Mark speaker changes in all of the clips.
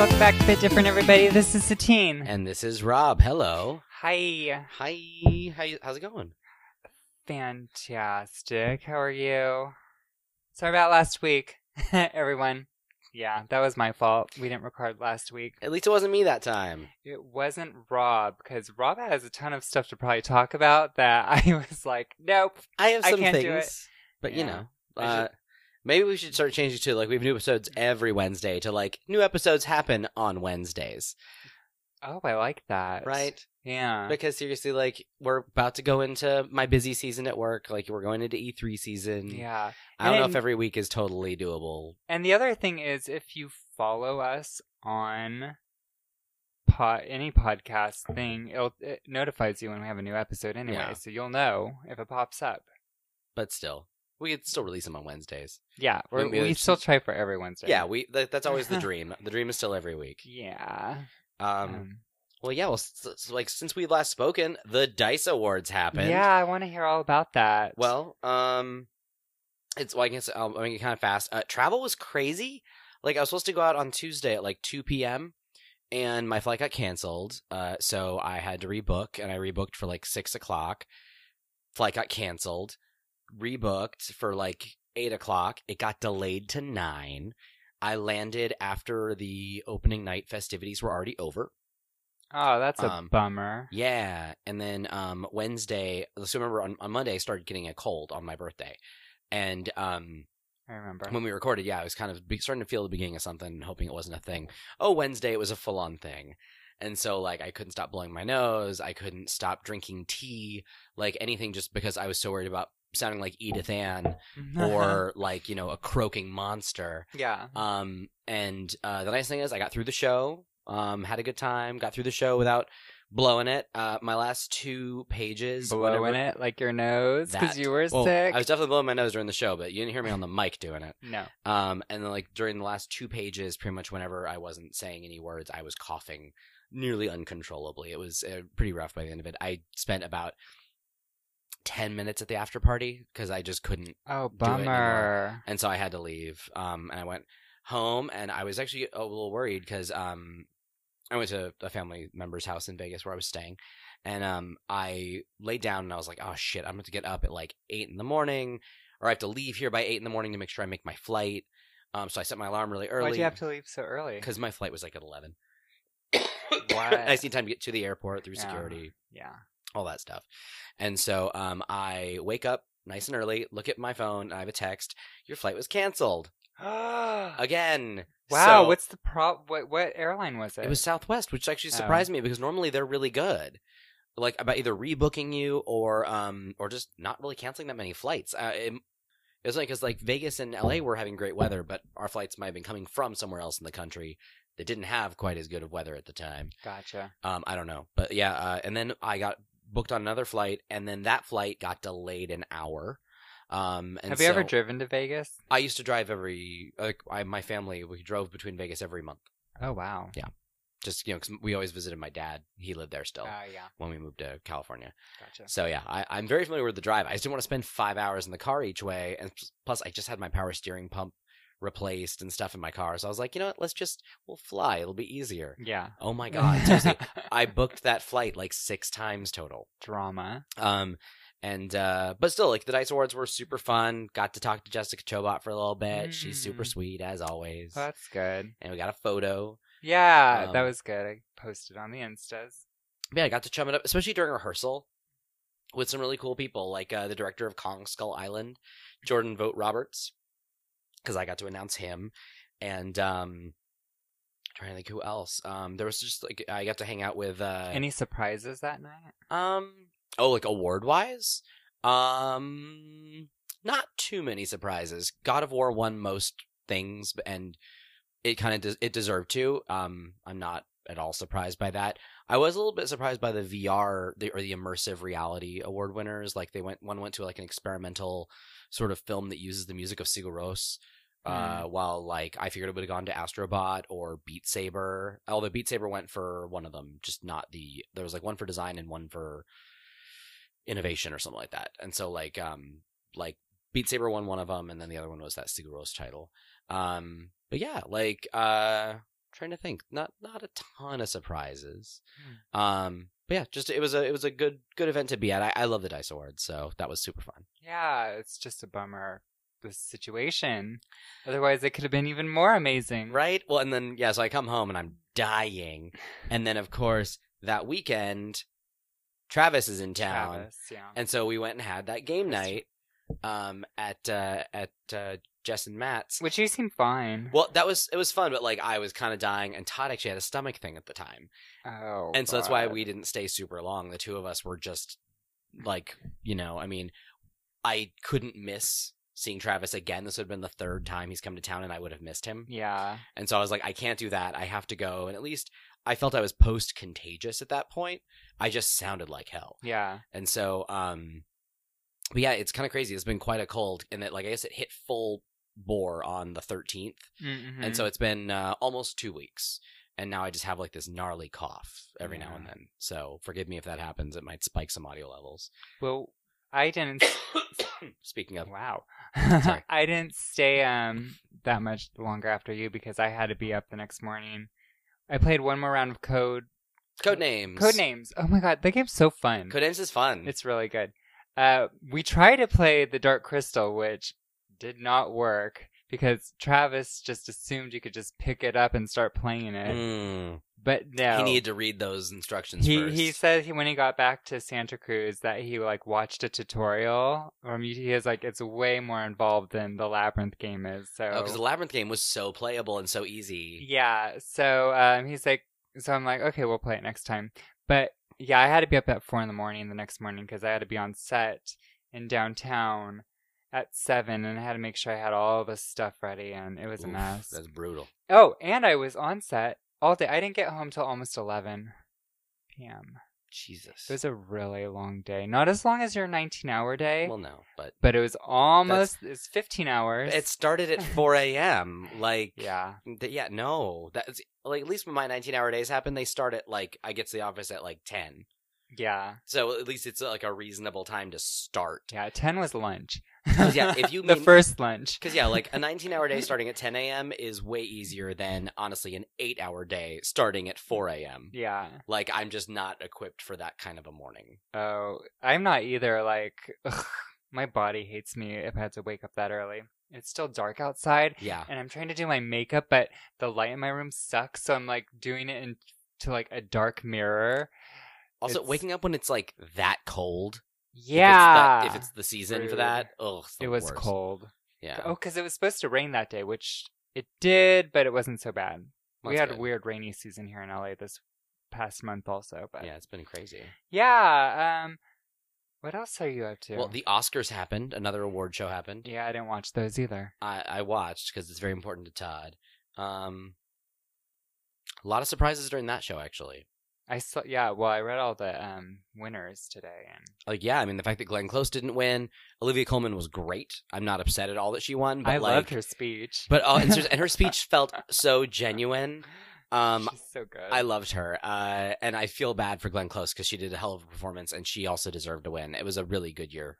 Speaker 1: Welcome back to Bit Different, everybody. This is Satine.
Speaker 2: And this is Rob. Hello.
Speaker 1: Hi.
Speaker 2: Hi. How you, how's it going?
Speaker 1: Fantastic. How are you? Sorry about last week, everyone. Yeah, that was my fault. We didn't record last week.
Speaker 2: At least it wasn't me that time.
Speaker 1: It wasn't Rob, because Rob has a ton of stuff to probably talk about that I was like, nope.
Speaker 2: I have
Speaker 1: I
Speaker 2: some
Speaker 1: can't
Speaker 2: things,
Speaker 1: do
Speaker 2: but
Speaker 1: Yeah.
Speaker 2: you know,
Speaker 1: I
Speaker 2: uh, maybe we should start changing to like we have new episodes every Wednesday to like new episodes happen on Wednesdays,
Speaker 1: Oh, I like that.
Speaker 2: right?
Speaker 1: Yeah.
Speaker 2: Because seriously, like we're about to go into my busy season at work. Like we're going into E3 season.
Speaker 1: yeah.
Speaker 2: I don't know
Speaker 1: And-
Speaker 2: if every week is totally doable.
Speaker 1: And the other thing is, if you follow us on po- any podcast thing, it'll, it notifies you when we have a new episode anyway,
Speaker 2: Yeah.
Speaker 1: so you'll know if it pops up.
Speaker 2: But still, we could still release them on Wednesdays.
Speaker 1: Yeah, we're,
Speaker 2: Maybe
Speaker 1: we
Speaker 2: it's
Speaker 1: still try for every Wednesday.
Speaker 2: Yeah, we. That, that's always the dream. the dream is still every week.
Speaker 1: yeah.
Speaker 2: Um,
Speaker 1: Um,
Speaker 2: Well, yeah. Well, s- s- like since we last spoken, the Dice Awards happened.
Speaker 1: yeah, I want to hear all about that.
Speaker 2: Well, um, it's well, I guess I'll I'll make it kind of fast. Uh, travel was crazy. Like I was supposed to go out on Tuesday at like two p.m. and my flight got canceled. Uh, so I had to rebook, and I rebooked for like six o'clock. Flight got canceled. Rebooked for like eight o'clock. It got delayed to nine. I landed after the opening night festivities were already over.
Speaker 1: oh, that's a
Speaker 2: um,
Speaker 1: bummer.
Speaker 2: Yeah, and then um Wednesday, so remember on, on Monday I started getting a cold on my birthday. And um
Speaker 1: I remember.
Speaker 2: when we recorded, yeah, I was kind of be- starting to feel the beginning of something, hoping it wasn't a thing. Oh, Wednesday it was a full-on thing. And so like I couldn't stop blowing my nose, I couldn't stop drinking tea, like anything just because I was so worried about sounding like Edith Ann or like, you know, a croaking monster.
Speaker 1: yeah,
Speaker 2: Um, and uh, the nice thing is, I got through the show. Um, had a good time. Got through the show without blowing it. Uh, my last two pages,
Speaker 1: blowing
Speaker 2: whenever-
Speaker 1: it like your nose because
Speaker 2: That.
Speaker 1: you were
Speaker 2: Well,
Speaker 1: sick.
Speaker 2: I was definitely blowing my nose during the show, but you didn't hear me on the mic doing it.
Speaker 1: no.
Speaker 2: Um, and then like during the last two pages, pretty much whenever I wasn't saying any words, I was coughing nearly uncontrollably. It was uh, pretty rough by the end of it. I spent about ten minutes at the after party because I just couldn't
Speaker 1: Oh,
Speaker 2: anymore.
Speaker 1: bummer.
Speaker 2: and so I had to leave. Um, and I went home, and I was actually a little worried because um, I went to a family member's house in Vegas where I was staying, and um, I laid down and I was like, oh shit, I'm going to get up at like eight in the morning, or I have to leave here by eight in the morning to make sure I make my flight. Um, so I set my alarm really early
Speaker 1: Why'd you have to leave so early?
Speaker 2: because my flight was like at eleven.
Speaker 1: What?
Speaker 2: I just need time to get to the airport through
Speaker 1: Yeah.
Speaker 2: security,
Speaker 1: Yeah.
Speaker 2: all that stuff. And so um, I wake up nice and early, look at my phone, and I have a text. Your flight was canceled again.
Speaker 1: Wow,
Speaker 2: So-
Speaker 1: what's the prop? What what airline was it?
Speaker 2: it was Southwest, which actually
Speaker 1: Oh.
Speaker 2: surprised me because normally they're really good, like about either rebooking you or um or just not really canceling that many flights. Uh, it, it was like because like Vegas and LA were having great weather, but our flights might have been coming from somewhere else in the country that didn't have quite as good of weather at the time.
Speaker 1: gotcha.
Speaker 2: Um, I don't know, but yeah, uh, and then I got booked on another flight, and then that flight got delayed an hour. Um, and
Speaker 1: Have you ever
Speaker 2: so-
Speaker 1: driven to Vegas?
Speaker 2: I used to drive every. Like, I, my family we drove between Vegas every month.
Speaker 1: Oh wow.
Speaker 2: Just you know, 'cause we always visited my dad. He lived there
Speaker 1: Oh
Speaker 2: still
Speaker 1: yeah.
Speaker 2: when we moved to California.
Speaker 1: Gotcha.
Speaker 2: So yeah, I, I'm very familiar with the drive. I just didn't want to spend five hours in the car each way, and p- plus I just had my power steering pump replaced and stuff in my car. So I was like, you know what? Let's just we'll fly. It'll be easier.
Speaker 1: Yeah.
Speaker 2: Oh my god, seriously, I booked that flight like six times total.
Speaker 1: drama.
Speaker 2: Um, and uh, but still, like the Dice Awards were super fun. Got to talk to Jessica Chobot for a little bit. She's super
Speaker 1: Mm.
Speaker 2: sweet as always,
Speaker 1: Well, that's good.
Speaker 2: and we got a photo.
Speaker 1: Yeah, that
Speaker 2: Um,
Speaker 1: was good. I posted on the instas.
Speaker 2: Yeah, I got to chum it up, especially during rehearsal with some really cool people, like uh, the director of Kong Skull Island, Jordan Vote Roberts, because I got to announce him, and um, trying to think who else. Um, there was just like I got to hang out with uh,
Speaker 1: Any surprises that night?
Speaker 2: um oh like award wise um not too many surprises god of war won most things b- and it kind of des- it deserved to um i'm not at all surprised by that i was a little bit surprised by the vr the, or the immersive reality award winners like they went one went to like an experimental sort of film that uses the music of sigur Rós, uh, while like I figured it would have gone to Astrobot or Beat Saber, although Beat Saber went for one of them, just not the. There was like one for design and one for innovation or something like that. And so like um like Beat Saber won one of them, and then the other one was that Sigur Rós title. Um, but yeah, like uh, trying to think. Not not a ton of surprises. Um, but yeah, just it was a it was a good good event to be at. I, I love the Dice Awards, so that was super fun.
Speaker 1: Yeah, it's just a bummer the situation. Otherwise, it could have been even more amazing.
Speaker 2: Right? Well, and then yeah, so I come home and I'm dying, and then of course that weekend, Travis is in town,
Speaker 1: Travis, yeah.
Speaker 2: and so we went and had that game night, um, at uh, at uh, Jess and Matt's.
Speaker 1: Which you seem fine.
Speaker 2: Well, that was it was fun, but like I was kind of dying, and Todd actually had a stomach thing at the time,
Speaker 1: oh,
Speaker 2: and so that's why
Speaker 1: God.
Speaker 2: we didn't stay super long. The two of us were just like, you know, I mean, I couldn't miss seeing Travis again. This would have been the third time he's come to town, and I would have missed him.
Speaker 1: Yeah.
Speaker 2: And so I was like, I can't do that. I have to go. And at least I felt I was post contagious at that point. I just sounded like hell.
Speaker 1: Yeah.
Speaker 2: And so, um, but yeah, it's kind of crazy. It's been quite a cold, and that like I guess it hit full bore on the 13th
Speaker 1: Mm-hmm.
Speaker 2: and so it's been uh, almost two weeks and now i just have like this gnarly cough every now
Speaker 1: Yeah.
Speaker 2: and then so forgive me if that happens it might spike some audio levels
Speaker 1: well, I didn't.
Speaker 2: speaking of
Speaker 1: wow.
Speaker 2: Sorry.
Speaker 1: I didn't stay um that much longer after you because I had to be up the next morning. I played one more round of code
Speaker 2: code names
Speaker 1: code names. Oh my god, that game's so fun.
Speaker 2: code names is fun
Speaker 1: It's really good. Uh, we tried to play the Dark Crystal, which did not work because Travis just assumed you could just pick it up and start playing it.
Speaker 2: Mm.
Speaker 1: But no,
Speaker 2: he needed to read those instructions
Speaker 1: he,
Speaker 2: first
Speaker 1: he said he, when he got back to Santa Cruz that he like watched a tutorial from YouTube. He was like, it's way more involved than the labyrinth game is. So
Speaker 2: because Oh, the labyrinth game was so playable and so easy
Speaker 1: yeah. So um, he's like, so I'm like, okay, we'll play it next time. But yeah, I had to be up at four in the morning the next morning because I had to be on set in downtown at seven, and I had to make sure I had all the stuff ready, and it was a
Speaker 2: Oof,
Speaker 1: mess.
Speaker 2: that's brutal
Speaker 1: Oh, and I was on set all day. I didn't get home till almost eleven p.m.
Speaker 2: jesus
Speaker 1: It was a really long day. Not as long as your 19 hour day,
Speaker 2: well no but
Speaker 1: but it was almost it's 15 hours.
Speaker 2: it started at 4 a.m like
Speaker 1: yeah.
Speaker 2: Th- yeah, no. That's like at least when my 19 hour days happen, they start at like I get to the office at like 10.
Speaker 1: Yeah.
Speaker 2: So at least it's uh, like a reasonable time to start.
Speaker 1: Yeah, 10 was lunch.
Speaker 2: Oh, yeah, if you
Speaker 1: the
Speaker 2: mean-
Speaker 1: first lunch.
Speaker 2: Because yeah, like a 19 hour day starting at 10 a.m. is way easier than honestly an eight hour day starting at 4 a.m.
Speaker 1: Yeah.
Speaker 2: Like I'm just not equipped for that kind of a morning.
Speaker 1: Oh, I'm not either like ugh, my body hates me if I had to wake up that early. It's still dark outside
Speaker 2: Yeah.
Speaker 1: and I'm trying to do my makeup, but the light in my room sucks, so I'm like doing it in to like a dark mirror.
Speaker 2: Also,
Speaker 1: It's-
Speaker 2: waking up when it's like that cold. if it's
Speaker 1: Yeah.
Speaker 2: that- If it's, the season for
Speaker 1: Rude.
Speaker 2: that, ugh. it's the
Speaker 1: it was
Speaker 2: worst.
Speaker 1: cold.
Speaker 2: Yeah.
Speaker 1: Oh, because it was supposed to rain that day, which it did, but it wasn't so bad. we
Speaker 2: that's
Speaker 1: had
Speaker 2: good.
Speaker 1: a weird rainy season here in LA this past month, also. But
Speaker 2: Yeah, it's been crazy.
Speaker 1: yeah. Um, what else are you up to?
Speaker 2: Well, the Oscars happened. Another award show happened.
Speaker 1: yeah, I didn't watch those either.
Speaker 2: I, I watched because it's very important to Todd. Um, a lot of surprises during that show, actually.
Speaker 1: I saw. Yeah, well, I read all the um winners today, and
Speaker 2: Like, yeah, I mean, the fact that Glenn Close didn't win, Olivia Coleman was great. I'm not upset at all that she won, but
Speaker 1: I
Speaker 2: like,
Speaker 1: loved her speech.
Speaker 2: but uh, and, her- and her speech felt so genuine. Um,
Speaker 1: she's so good.
Speaker 2: I loved her, uh, and I feel bad for Glenn Close because she did a hell of a performance, and she also deserved to win. It was a really good year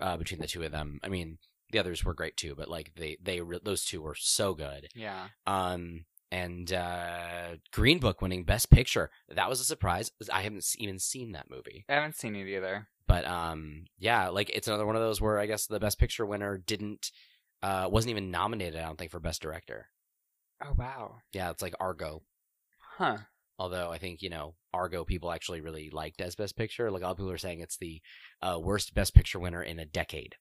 Speaker 2: uh, between the two of them. I mean, the others were great too, but like they they re- those two were so good.
Speaker 1: yeah,
Speaker 2: um and uh green book winning best picture that was a surprise i haven't s- even seen that movie
Speaker 1: I haven't seen it either.
Speaker 2: but um yeah like it's another one of those where i guess the best picture winner didn't uh wasn't even nominated i don't think for best director
Speaker 1: Oh wow,
Speaker 2: yeah it's like argo
Speaker 1: huh?
Speaker 2: although i think you know argo people actually really liked as best picture like a lot of people are saying it's the uh, worst best picture winner in a decade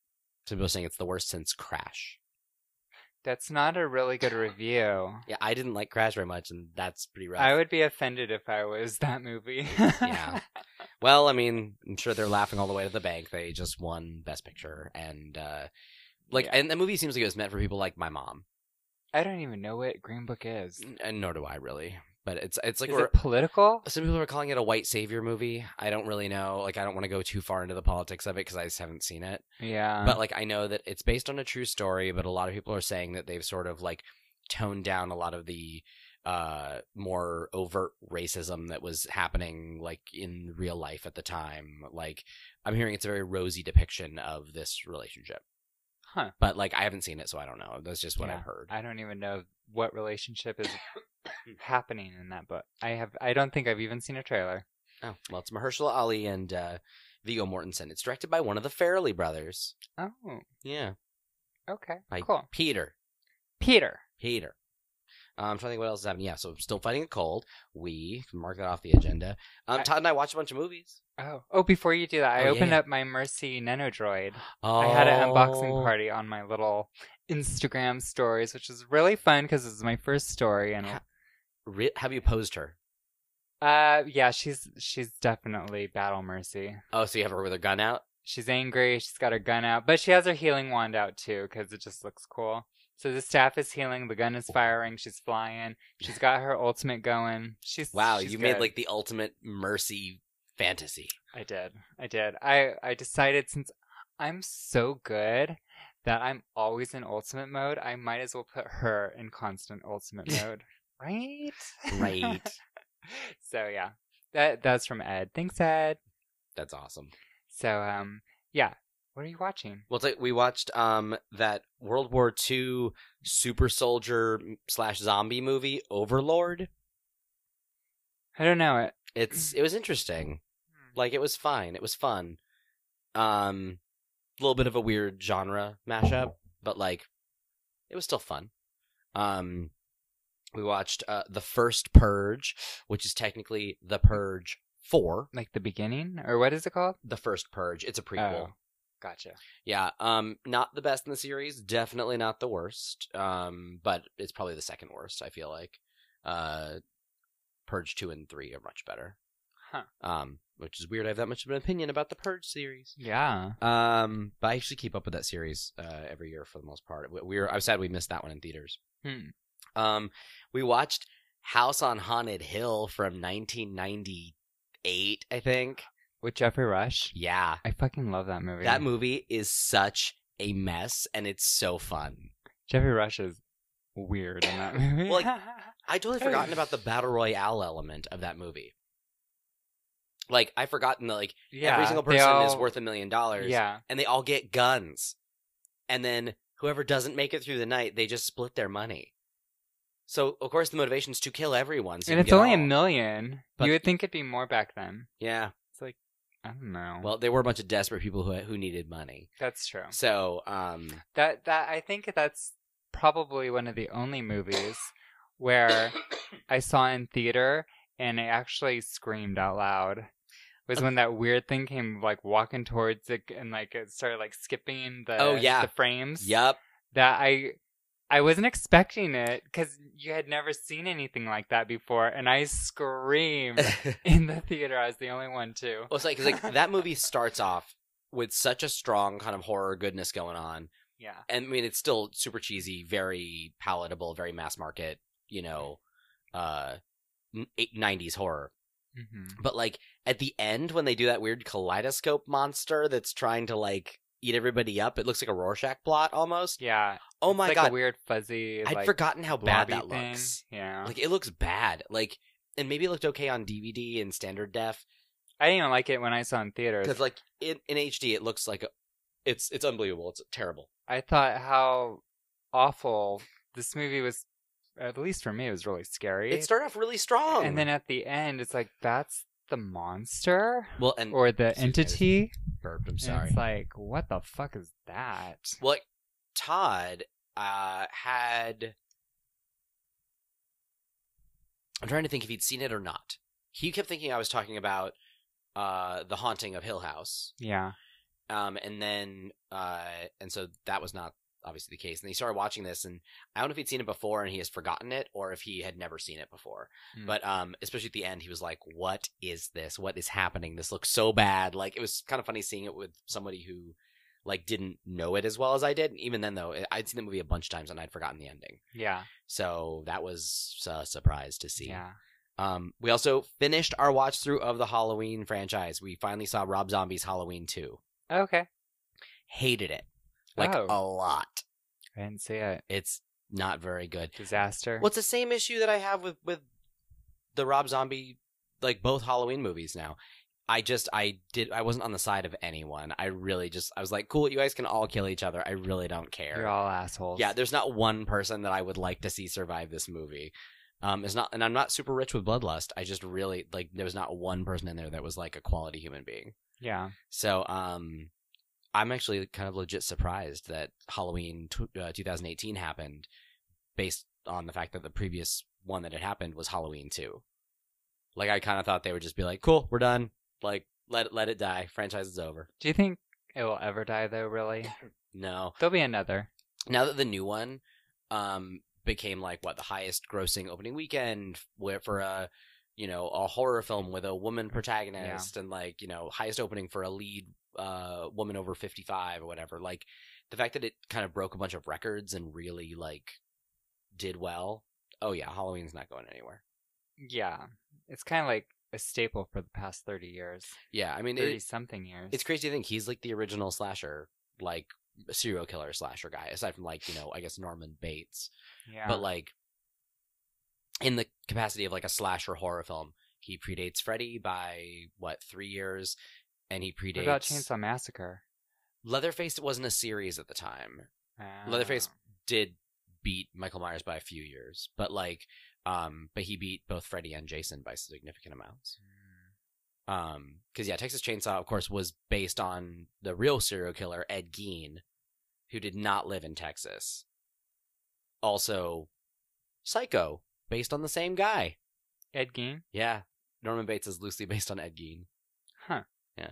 Speaker 2: some people are saying it's the worst since crash
Speaker 1: That's not a really good review.
Speaker 2: yeah i didn't like crash very much and that's pretty rough
Speaker 1: I would be offended if I was that movie.
Speaker 2: Yeah. Well, I mean, I'm sure they're laughing all the way to the bank. They just won Best Picture, and uh, like,
Speaker 1: Yeah.
Speaker 2: and the movie seems like it was meant for people like my mom,
Speaker 1: I don't even know what Green Book is.
Speaker 2: and uh, nor do I really. But it's it's like
Speaker 1: is
Speaker 2: we're,
Speaker 1: it political?
Speaker 2: some people are calling it a white savior movie. I don't really know. Like, I don't want to go too far into the politics of it because I just haven't seen it.
Speaker 1: Yeah.
Speaker 2: but like, I know that it's based on a true story. But a lot of people are saying that they've sort of like toned down a lot of the uh more overt racism that was happening like in real life at the time like i'm hearing it's a very rosy depiction of this relationship
Speaker 1: Huh.
Speaker 2: but like i haven't seen it so i don't know that's just what
Speaker 1: Yeah.
Speaker 2: i've heard
Speaker 1: I don't even know what relationship is happening in that book. I have I don't think I've even seen a trailer.
Speaker 2: Oh, well, it's Mahershala Ali and uh, Vigo Mortensen. It's directed by one of the Farrelly brothers.
Speaker 1: Oh,
Speaker 2: Yeah,
Speaker 1: okay.
Speaker 2: by
Speaker 1: Cool.
Speaker 2: Peter.
Speaker 1: Peter.
Speaker 2: Peter. Um, I'm trying to think what else is happening. Yeah, so still fighting a cold. We can mark that off the agenda. Um,
Speaker 1: I-
Speaker 2: Todd and I watched a bunch of movies.
Speaker 1: Oh. Oh, before you do that, I
Speaker 2: Oh, yeah,
Speaker 1: opened
Speaker 2: yeah.
Speaker 1: up my Mercy Nanodroid.
Speaker 2: Oh,
Speaker 1: I had an unboxing party on my little Instagram stories, which was really fun because it was my first story and
Speaker 2: Ha- Re- have you posed her?
Speaker 1: uh yeah, she's she's definitely Battle Mercy.
Speaker 2: Oh, so you have her with her gun out?
Speaker 1: She's angry, she's got her gun out, but she has her healing wand out too cuz it just looks cool. So the staff is healing, the gun is firing, she's flying. She's got her ultimate going. She's
Speaker 2: Wow,
Speaker 1: she's
Speaker 2: you
Speaker 1: good.
Speaker 2: made like the ultimate mercy fantasy.
Speaker 1: I did. I did. I I decided since I'm so good that I'm always in ultimate mode, I might as well put her in constant ultimate mode. right?
Speaker 2: Right.
Speaker 1: so yeah. That that's from Ed. Thanks Ed.
Speaker 2: That's awesome.
Speaker 1: So um yeah. What are you watching?
Speaker 2: Well, it's like we watched um that World War II super soldier slash zombie movie Overlord.
Speaker 1: I don't know it.
Speaker 2: It's it was interesting. Like it was fine. It was fun. Um, a little bit of a weird genre mashup, but like it was still fun. Um, we watched uh, the first Purge, which is technically the Purge Four.
Speaker 1: Like the beginning or what is it called?
Speaker 2: The first Purge. It's a prequel.
Speaker 1: Oh, gotcha.
Speaker 2: Yeah. Um, not the best in the series. Definitely not the worst. Um, but it's probably the second worst. I feel like. Uh, Purge two and three are much better.
Speaker 1: Huh.
Speaker 2: Um, which is weird. I have that much of an opinion about the Purge series.
Speaker 1: Yeah.
Speaker 2: Um, but I actually keep up with that series uh, every year for the most part. We, we were. I was sad we missed that one in theaters.
Speaker 1: Hmm.
Speaker 2: Um, we watched House on Haunted Hill from 1998. I think.
Speaker 1: With Jeffrey Rush.
Speaker 2: Yeah.
Speaker 1: I fucking love that movie.
Speaker 2: That movie is such a mess and it's so fun.
Speaker 1: Jeffrey Rush is weird in that movie.
Speaker 2: Well, I totally forgotten about the battle royale element of that movie. Like I forgotten that like
Speaker 1: yeah,
Speaker 2: every single
Speaker 1: they
Speaker 2: person is
Speaker 1: all-
Speaker 2: worth a million dollars
Speaker 1: Yeah.
Speaker 2: and they all get guns. And then whoever doesn't make it through the night, they just split their money. So of course the motivation is to kill everyone. So
Speaker 1: and
Speaker 2: you
Speaker 1: it's
Speaker 2: get
Speaker 1: only a
Speaker 2: all-
Speaker 1: million.
Speaker 2: But-
Speaker 1: you would think it'd be more back then.
Speaker 2: Yeah.
Speaker 1: It's like I don't know.
Speaker 2: Well, they were a bunch of desperate people who who needed money.
Speaker 1: that's true.
Speaker 2: So, um
Speaker 1: That that I think that's probably one of the only movies where I saw in theater and I actually screamed out loud. Was when that weird thing came like walking towards it and like it started like skipping the
Speaker 2: Oh, yeah.
Speaker 1: the frames.
Speaker 2: Yup.
Speaker 1: that I I wasn't expecting it because you had never seen anything like that before, and I screamed in the theater. I was the only one too.
Speaker 2: Well, it's like, 'cause, like that movie starts off with such a strong kind of horror goodness going on,
Speaker 1: Yeah.
Speaker 2: and I mean it's still super cheesy, very palatable, very mass market, you know, uh, n- eight- '90s horror.
Speaker 1: Mm-hmm.
Speaker 2: But like at the end when they do that weird kaleidoscope monster that's trying to like eat everybody up, it looks like a Rorschach plot almost.
Speaker 1: Yeah.
Speaker 2: Oh
Speaker 1: it's
Speaker 2: my
Speaker 1: like
Speaker 2: god,
Speaker 1: A weird fuzzy.
Speaker 2: I'd
Speaker 1: like,
Speaker 2: forgotten how bad
Speaker 1: blobby
Speaker 2: that
Speaker 1: thing.
Speaker 2: looks.
Speaker 1: Yeah.
Speaker 2: Like it looks bad. Like. And maybe it looked okay on DVD and standard def,
Speaker 1: I didn't even like it when I saw it in theaters.
Speaker 2: because like in, in HD it looks like a, it's it's unbelievable. It's terrible.
Speaker 1: I thought how awful this movie was. At least for me, it was really scary.
Speaker 2: It started off really strong,
Speaker 1: and then at the end, it's like that's the monster
Speaker 2: well, and
Speaker 1: or the
Speaker 2: Excuse me, I just
Speaker 1: entity.
Speaker 2: burped. I'm
Speaker 1: and
Speaker 2: Mm, sorry.
Speaker 1: it's like what the fuck is that?
Speaker 2: well, like, Todd uh, had. I'm trying to think if he'd seen it or not. He kept thinking I was talking about uh, the haunting of Hill House,
Speaker 1: Yeah.
Speaker 2: um, and then uh, and so that was not obviously the case. And he started watching this, and I don't know if he'd seen it before and he has forgotten it, or if he had never seen it before.
Speaker 1: Mm.
Speaker 2: But um, especially at the end, he was like, "What is this? What is happening? This looks so bad." Like it was kind of funny seeing it with somebody who like didn't know it as well as I did. And even then, though, I- I'd seen the movie a bunch of times and I'd forgotten the ending,
Speaker 1: Yeah.
Speaker 2: so that was a surprise to see.
Speaker 1: Yeah.
Speaker 2: Um, we also finished our watch through of the Halloween franchise. We finally saw Rob Zombie's Halloween two.
Speaker 1: Okay.
Speaker 2: hated it like
Speaker 1: Oh.
Speaker 2: a lot.
Speaker 1: I didn't see it.
Speaker 2: It's not very good.
Speaker 1: Disaster.
Speaker 2: Well, it's the same issue that I have with with the Rob Zombie, like both Halloween movies now. I just I did I wasn't on the side of anyone. I really just I was like, cool, you guys can all kill each other. I really don't care.
Speaker 1: You're all assholes.
Speaker 2: yeah, there's not one person that I would like to see survive this movie. Um, is not, and I'm not super rich with bloodlust. I just really like there was not one person in there that was like a quality human being.
Speaker 1: Yeah.
Speaker 2: So, um, I'm actually kind of legit surprised that Halloween tw uh, 2018 happened, based on the fact that the previous one that had happened was Halloween 2. Like, I kind of thought they would just be like, "Cool, we're done. Like, let let it die. Franchise is over."
Speaker 1: Do you think it will ever die though? Really?
Speaker 2: No,
Speaker 1: There'll be another.
Speaker 2: now that the new one um became like what the highest grossing opening weekend where for a you know a horror film with a woman protagonist and like you know highest opening for a lead uh woman over 55 or whatever like the fact that it kind of broke a bunch of records and really like did well oh yeah halloween's not going anywhere
Speaker 1: Yeah. It's kind of like a staple for the past thirty years,
Speaker 2: yeah i mean it-
Speaker 1: thirty something years.
Speaker 2: it's crazy to think he's like the original slasher like serial killer slasher guy aside from like you know i guess norman bates
Speaker 1: yeah.
Speaker 2: but like in the capacity of like a slasher horror film he predates freddy by what three years and he
Speaker 1: what about
Speaker 2: predates
Speaker 1: Chainsaw Massacre?
Speaker 2: leatherface wasn't a series at the time Leatherface- did beat michael myers by a few years but like um but he beat both freddy and jason by significant amounts um because yeah texas chainsaw of course was based on the real serial killer ed gein who did not live in texas also psycho based on the same guy
Speaker 1: Ah. Ed Gein.
Speaker 2: Yeah. Norman Bates is loosely based on Ed Gein.
Speaker 1: Huh.
Speaker 2: Yeah.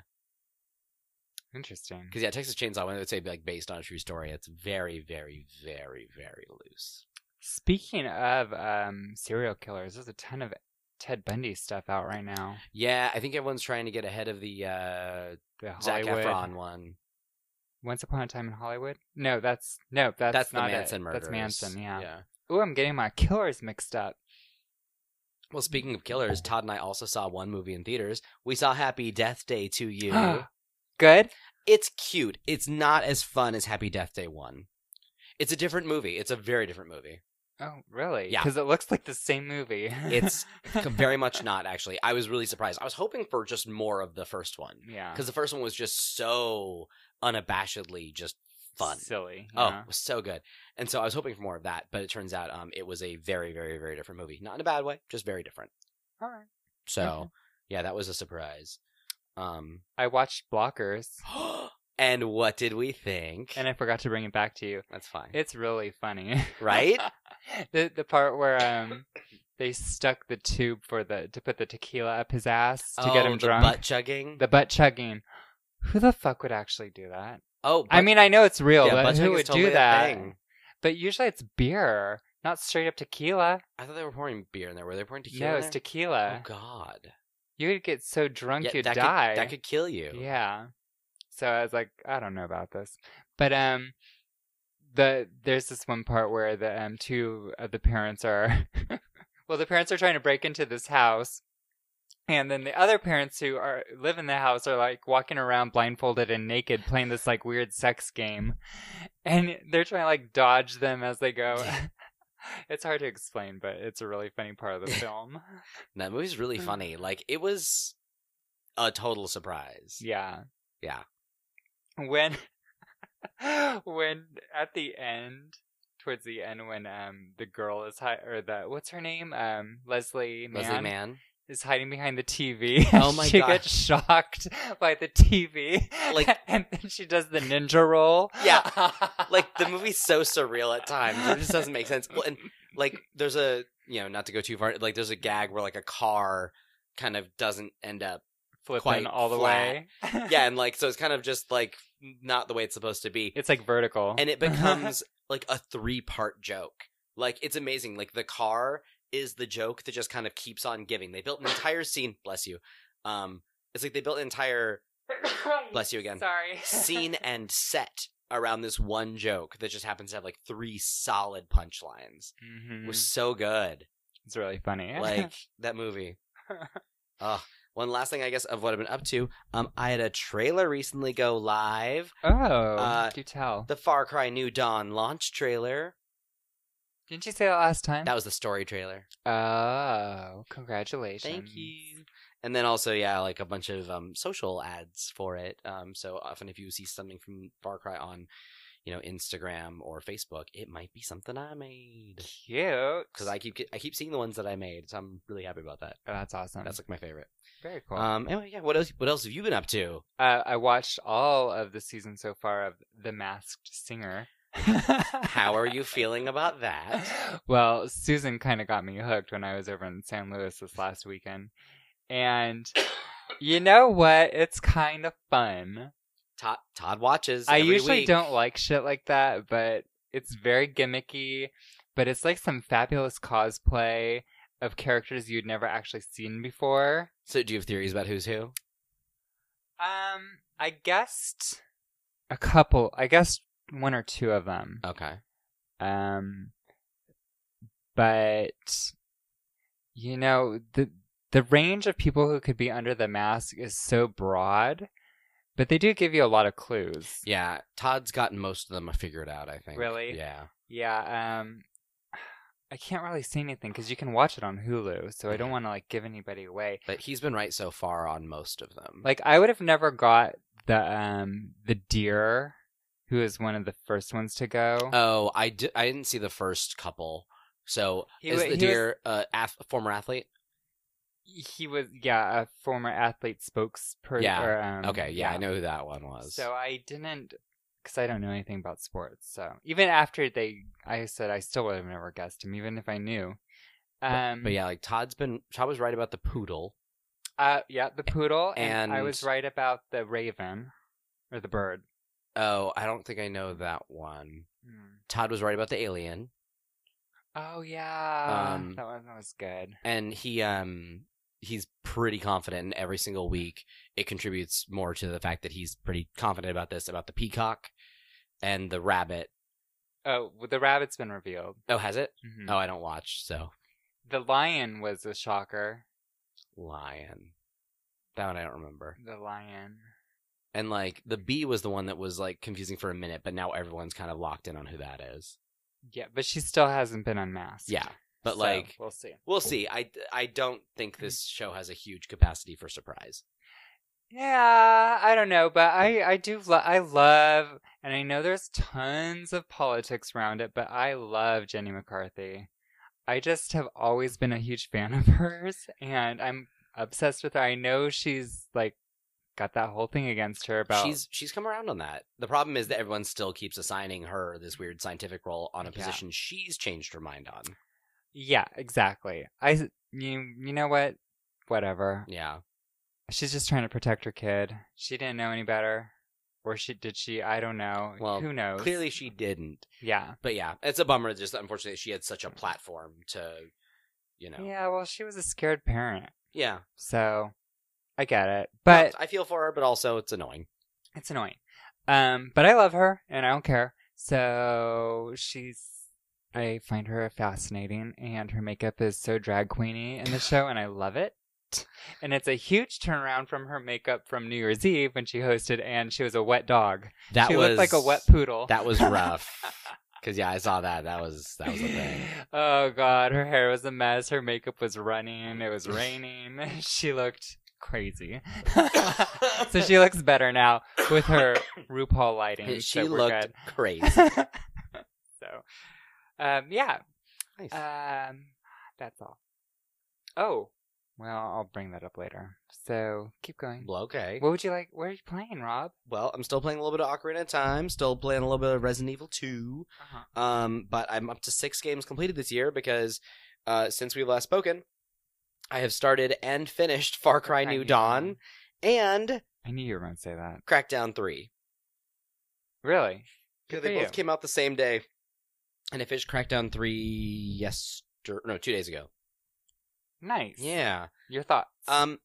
Speaker 1: Interesting.
Speaker 2: Because, yeah, Texas Chainsaw, when I would say like based on a true story, it's very, very, very, very loose.
Speaker 1: Speaking of um, serial killers, there's a ton of Ted Bundy stuff out right now.
Speaker 2: Yeah, I think everyone's trying to get ahead of the uh,
Speaker 1: The
Speaker 2: Zac
Speaker 1: Hollywood.
Speaker 2: Efron one.
Speaker 1: Once Upon a Time in Hollywood. No, that's no, that's,
Speaker 2: That's, the
Speaker 1: not
Speaker 2: Manson
Speaker 1: it.
Speaker 2: murder.
Speaker 1: That's Manson. Yeah. Ooh, I'm getting my killers mixed up.
Speaker 2: Well, speaking
Speaker 1: Mm-hmm.
Speaker 2: of killers, Todd and I also saw one movie in theaters. We saw Happy Death Day to You.
Speaker 1: Good.
Speaker 2: it's cute. It's not as fun as Happy Death Day 1. It's a different movie. It's a very different movie.
Speaker 1: Oh, really?
Speaker 2: Yeah.
Speaker 1: Because it looks like the same movie.
Speaker 2: It's very much not, actually. I was really surprised. I was hoping for just more of the first one.
Speaker 1: yeah.
Speaker 2: because the first one was just so unabashedly just fun.
Speaker 1: Silly.
Speaker 2: Oh,
Speaker 1: yeah.
Speaker 2: it was so good. And so I was hoping for more of that, but it turns out um it was a very very very different movie. Not in a bad way, just very different.
Speaker 1: All right.
Speaker 2: So,
Speaker 1: Okay.
Speaker 2: yeah, that was a surprise. Um
Speaker 1: I watched Blockers,
Speaker 2: and what did we think?
Speaker 1: and I forgot to bring it back to you.
Speaker 2: That's fine.
Speaker 1: It's really funny.
Speaker 2: right?
Speaker 1: the the part where um they stuck the tube for the to put the tequila up his ass to get
Speaker 2: Oh,
Speaker 1: him
Speaker 2: the
Speaker 1: drunk.
Speaker 2: butt chugging.
Speaker 1: The butt chugging. Who the fuck would actually do that?
Speaker 2: oh,
Speaker 1: I
Speaker 2: butt-
Speaker 1: mean, I know it's real,
Speaker 2: yeah, butt
Speaker 1: but
Speaker 2: chugging
Speaker 1: who
Speaker 2: is
Speaker 1: would
Speaker 2: totally
Speaker 1: do
Speaker 2: a
Speaker 1: that?
Speaker 2: thing.
Speaker 1: But usually it's beer, not straight up tequila.
Speaker 2: I thought they were pouring beer in there. Were they pouring tequila?
Speaker 1: no,
Speaker 2: in
Speaker 1: it's
Speaker 2: there?
Speaker 1: tequila.
Speaker 2: Oh god.
Speaker 1: you would get so drunk
Speaker 2: Yeah,
Speaker 1: you'd
Speaker 2: that
Speaker 1: die.
Speaker 2: Could, that could kill you.
Speaker 1: Yeah. So I was like, I don't know about this, but um, the there's this one part where the um two of the parents are, well, the parents are trying to break into this house, and then the other parents who are live in the house are like walking around blindfolded and naked playing this like weird sex game, and they're trying to like dodge them as they go. it's hard to explain, but it's a really funny part of the film.
Speaker 2: And that movie's really
Speaker 1: Mm.
Speaker 2: funny. Like it was a total surprise.
Speaker 1: Yeah.
Speaker 2: Yeah.
Speaker 1: When when at the end towards the end when um the girl is hi- or the what's her name? Um Leslie Mann,
Speaker 2: Leslie Mann.
Speaker 1: is hiding behind the TV.
Speaker 2: Oh my
Speaker 1: she
Speaker 2: gosh.
Speaker 1: gets shocked by the TV.
Speaker 2: Like-
Speaker 1: and then she does the ninja roll.
Speaker 2: Yeah. Like the movie's so surreal at times. It just doesn't make sense. Well, and like there's a you know, not to go too far, like there's a gag where like a car kind of doesn't end up quite
Speaker 1: flipping all the
Speaker 2: flat.
Speaker 1: way.
Speaker 2: Yeah, and like so it's kind of just like not the way it's supposed to be.
Speaker 1: It's like vertical.
Speaker 2: And it becomes like a three part joke. Like it's amazing. Like the car is the joke that just kind of keeps on giving. They built an entire scene bless you. Um it's like they built an entire bless you again.
Speaker 1: Sorry.
Speaker 2: scene and set around this one joke that just happens to have like three solid punchlines
Speaker 1: Mhm.
Speaker 2: was so good.
Speaker 1: It's really funny.
Speaker 2: Like that movie. Ugh. One last thing, I guess, of what I've been up to. Um, I had a trailer recently go live.
Speaker 1: oh,
Speaker 2: uh,
Speaker 1: do tell.
Speaker 2: The Far Cry New Dawn launch trailer.
Speaker 1: Didn't you say that last time?
Speaker 2: That was the story trailer.
Speaker 1: Oh, congratulations.
Speaker 2: Thank you. And then also, yeah, like a bunch of um, social ads for it. Um, so often, if you see something from Far Cry on, you know, Instagram or Facebook, it might be something I made
Speaker 1: Cute.
Speaker 2: because I keep get- I keep seeing the ones that I made, so I'm really happy about that.
Speaker 1: Oh, that's awesome.
Speaker 2: That's like my favorite.
Speaker 1: very cool.
Speaker 2: Um, anyway, yeah. What else? What else have you been up to?
Speaker 1: uh, I watched all of the season so far of The Masked Singer.
Speaker 2: How are you feeling about that?
Speaker 1: well, Susan kind of got me hooked when I was over in San Luis this last weekend. And you know what? It's kind of fun.
Speaker 2: Todd, Todd watches.
Speaker 1: I
Speaker 2: every
Speaker 1: usually
Speaker 2: week.
Speaker 1: don't like shit like that, but it's very gimmicky, but it's like some fabulous cosplay of characters you'd never actually seen before.
Speaker 2: So, do you have theories about who's who?
Speaker 1: Um, I guessed a couple. I guessed one or two of them.
Speaker 2: Okay.
Speaker 1: Um, but you know the the range of people who could be under the mask is so broad, but they do give you a lot of clues.
Speaker 2: Yeah, Todd's gotten most of them figured out. I think.
Speaker 1: Really?
Speaker 2: Yeah.
Speaker 1: Yeah. Um, I can't really say anything because you can watch it on Hulu, so I don't want to like give anybody away.
Speaker 2: But he's been right so far on most of them.
Speaker 1: Like I would have never got the um the deer who is one of the first ones to go.
Speaker 2: oh, I, di- I didn't see the first couple. So
Speaker 1: He
Speaker 2: is
Speaker 1: wa-
Speaker 2: the
Speaker 1: he was-
Speaker 2: deer uh, ath- former athlete?
Speaker 1: he was yeah a former athlete spokesperson.
Speaker 2: Yeah.
Speaker 1: Or, um,
Speaker 2: Okay, yeah, I know who that one was.
Speaker 1: So I didn't, because I don't know anything about sports. So even after they, I said I still would have never guessed him, even if I knew. Um,
Speaker 2: but yeah, like Todd's been Todd was right about the poodle.
Speaker 1: uh, yeah, the poodle, and, I
Speaker 2: and-
Speaker 1: was right about the raven, or the bird.
Speaker 2: Oh, I don't think I know that one. Todd was right about the alien,
Speaker 1: Oh yeah,
Speaker 2: Um,
Speaker 1: that one was good.
Speaker 2: and he um he's pretty confident. And every single week, it contributes more to the fact that he's pretty confident about this about the peacock and the rabbit.
Speaker 1: Oh, well, the rabbit's been revealed.
Speaker 2: Oh, has it?
Speaker 1: Mhm.
Speaker 2: Oh, I don't watch. So
Speaker 1: The lion was a shocker.
Speaker 2: lion. That one I don't remember.
Speaker 1: The lion.
Speaker 2: And like the bee was the one that was like confusing for a minute, but now everyone's kind of locked in on who that is.
Speaker 1: Yeah, but she still hasn't been unmasked.
Speaker 2: Yeah, but
Speaker 1: So,
Speaker 2: like
Speaker 1: we'll see.
Speaker 2: We'll see. I, I don't think this show has a huge capacity for surprise.
Speaker 1: Yeah, I don't know, but I I do lo- I love and I know there's tons of politics around it, but I love Jenny McCarthy. I just have always been a huge fan of hers and I'm obsessed with her. I know she's like got that whole thing against her about
Speaker 2: She's she's come around on that. The problem is that everyone still keeps assigning her this weird scientific role on a
Speaker 1: Yeah.
Speaker 2: position she's changed her mind on.
Speaker 1: Yeah, exactly. I s- you you know what? Whatever.
Speaker 2: Yeah.
Speaker 1: She's just trying to protect her kid. She didn't know any better. Or she did she? I don't know.
Speaker 2: Well,
Speaker 1: Who knows?
Speaker 2: Clearly she didn't.
Speaker 1: Yeah.
Speaker 2: But yeah, it's a bummer just unfortunately she had such a platform to you know. Yeah.
Speaker 1: Yeah, well, she was a scared parent. So I get it. But
Speaker 2: I feel for her, but also it's annoying.
Speaker 1: it's annoying. Um, but I love her and I don't care. So she's I find her fascinating and her makeup is so drag queeny in the show and I love it. And it's a huge turnaround from her makeup from New Year's Eve when she hosted and she was a wet dog.
Speaker 2: That
Speaker 1: she looked
Speaker 2: was
Speaker 1: like a wet poodle.
Speaker 2: That was rough. Cause yeah, I saw that. That was that was a thing.
Speaker 1: Oh god, her hair was a mess, her makeup was running, it was raining. she looked crazy. so she looks better now with her RuPaul lighting.
Speaker 2: she
Speaker 1: so we're
Speaker 2: looked
Speaker 1: good.
Speaker 2: crazy.
Speaker 1: so, um, yeah,
Speaker 2: Nice.
Speaker 1: um, that's all. Oh, well, I'll bring that up later. So keep going.
Speaker 2: well, okay.
Speaker 1: What would you like? Where are you playing, Rob?
Speaker 2: Well, I'm still playing a little bit of Ocarina of Time, still playing a little bit of Resident Evil 2.
Speaker 1: Uh-huh.
Speaker 2: Um, but I'm up to six games completed this year because uh, since we've last spoken, I have started and finished Far Cry New Dawn and
Speaker 1: I knew you were going to say that.
Speaker 2: Crackdown 3.
Speaker 1: Really?
Speaker 2: Yeah,
Speaker 1: Good
Speaker 2: they
Speaker 1: for
Speaker 2: both
Speaker 1: you.
Speaker 2: came out the same day. And I finished Crackdown 3 yesterday. No, two days ago.
Speaker 1: Nice.
Speaker 2: Yeah.
Speaker 1: Your thoughts?
Speaker 2: Um,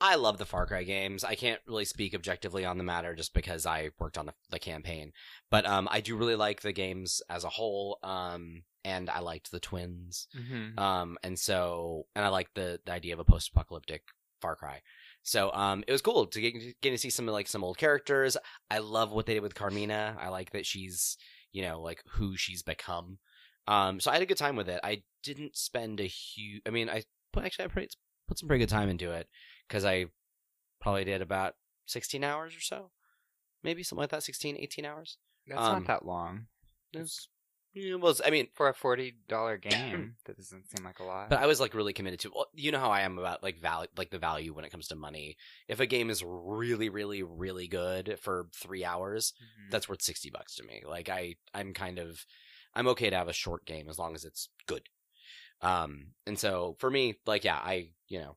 Speaker 2: I love the Far Cry games. I can't really speak objectively on the matter just because I worked on the, the campaign, but um, I do really like the games as a whole. Um, and I liked the twins.
Speaker 1: hmm
Speaker 2: Um, and so, and I like the, the idea of a post apocalyptic Far Cry. So, um, it was cool to get, get to see some like some old characters. I love what they did with Carmina. I like that she's, you know, like who she's become. Um, so I had a good time with it. I didn't spend a huge. I mean, I put actually I put, put some pretty good time into it because I probably did about 16 hours or so, maybe something like that, 16, 18 hours.
Speaker 1: That's
Speaker 2: Um,
Speaker 1: not that long
Speaker 2: It's- It was. I mean,
Speaker 1: for a forty dollar game. that doesn't seem like a lot.
Speaker 2: but I was like really committed to. Well, you know how I am about like value, like the value when it comes to money. If a game is really, really, really good for three hours,
Speaker 1: Mhm.
Speaker 2: that's worth sixty bucks to me. Like I, I'm kind of, I'm okay to have a short game as long as it's good. Um, and so for me, like yeah, I, you know,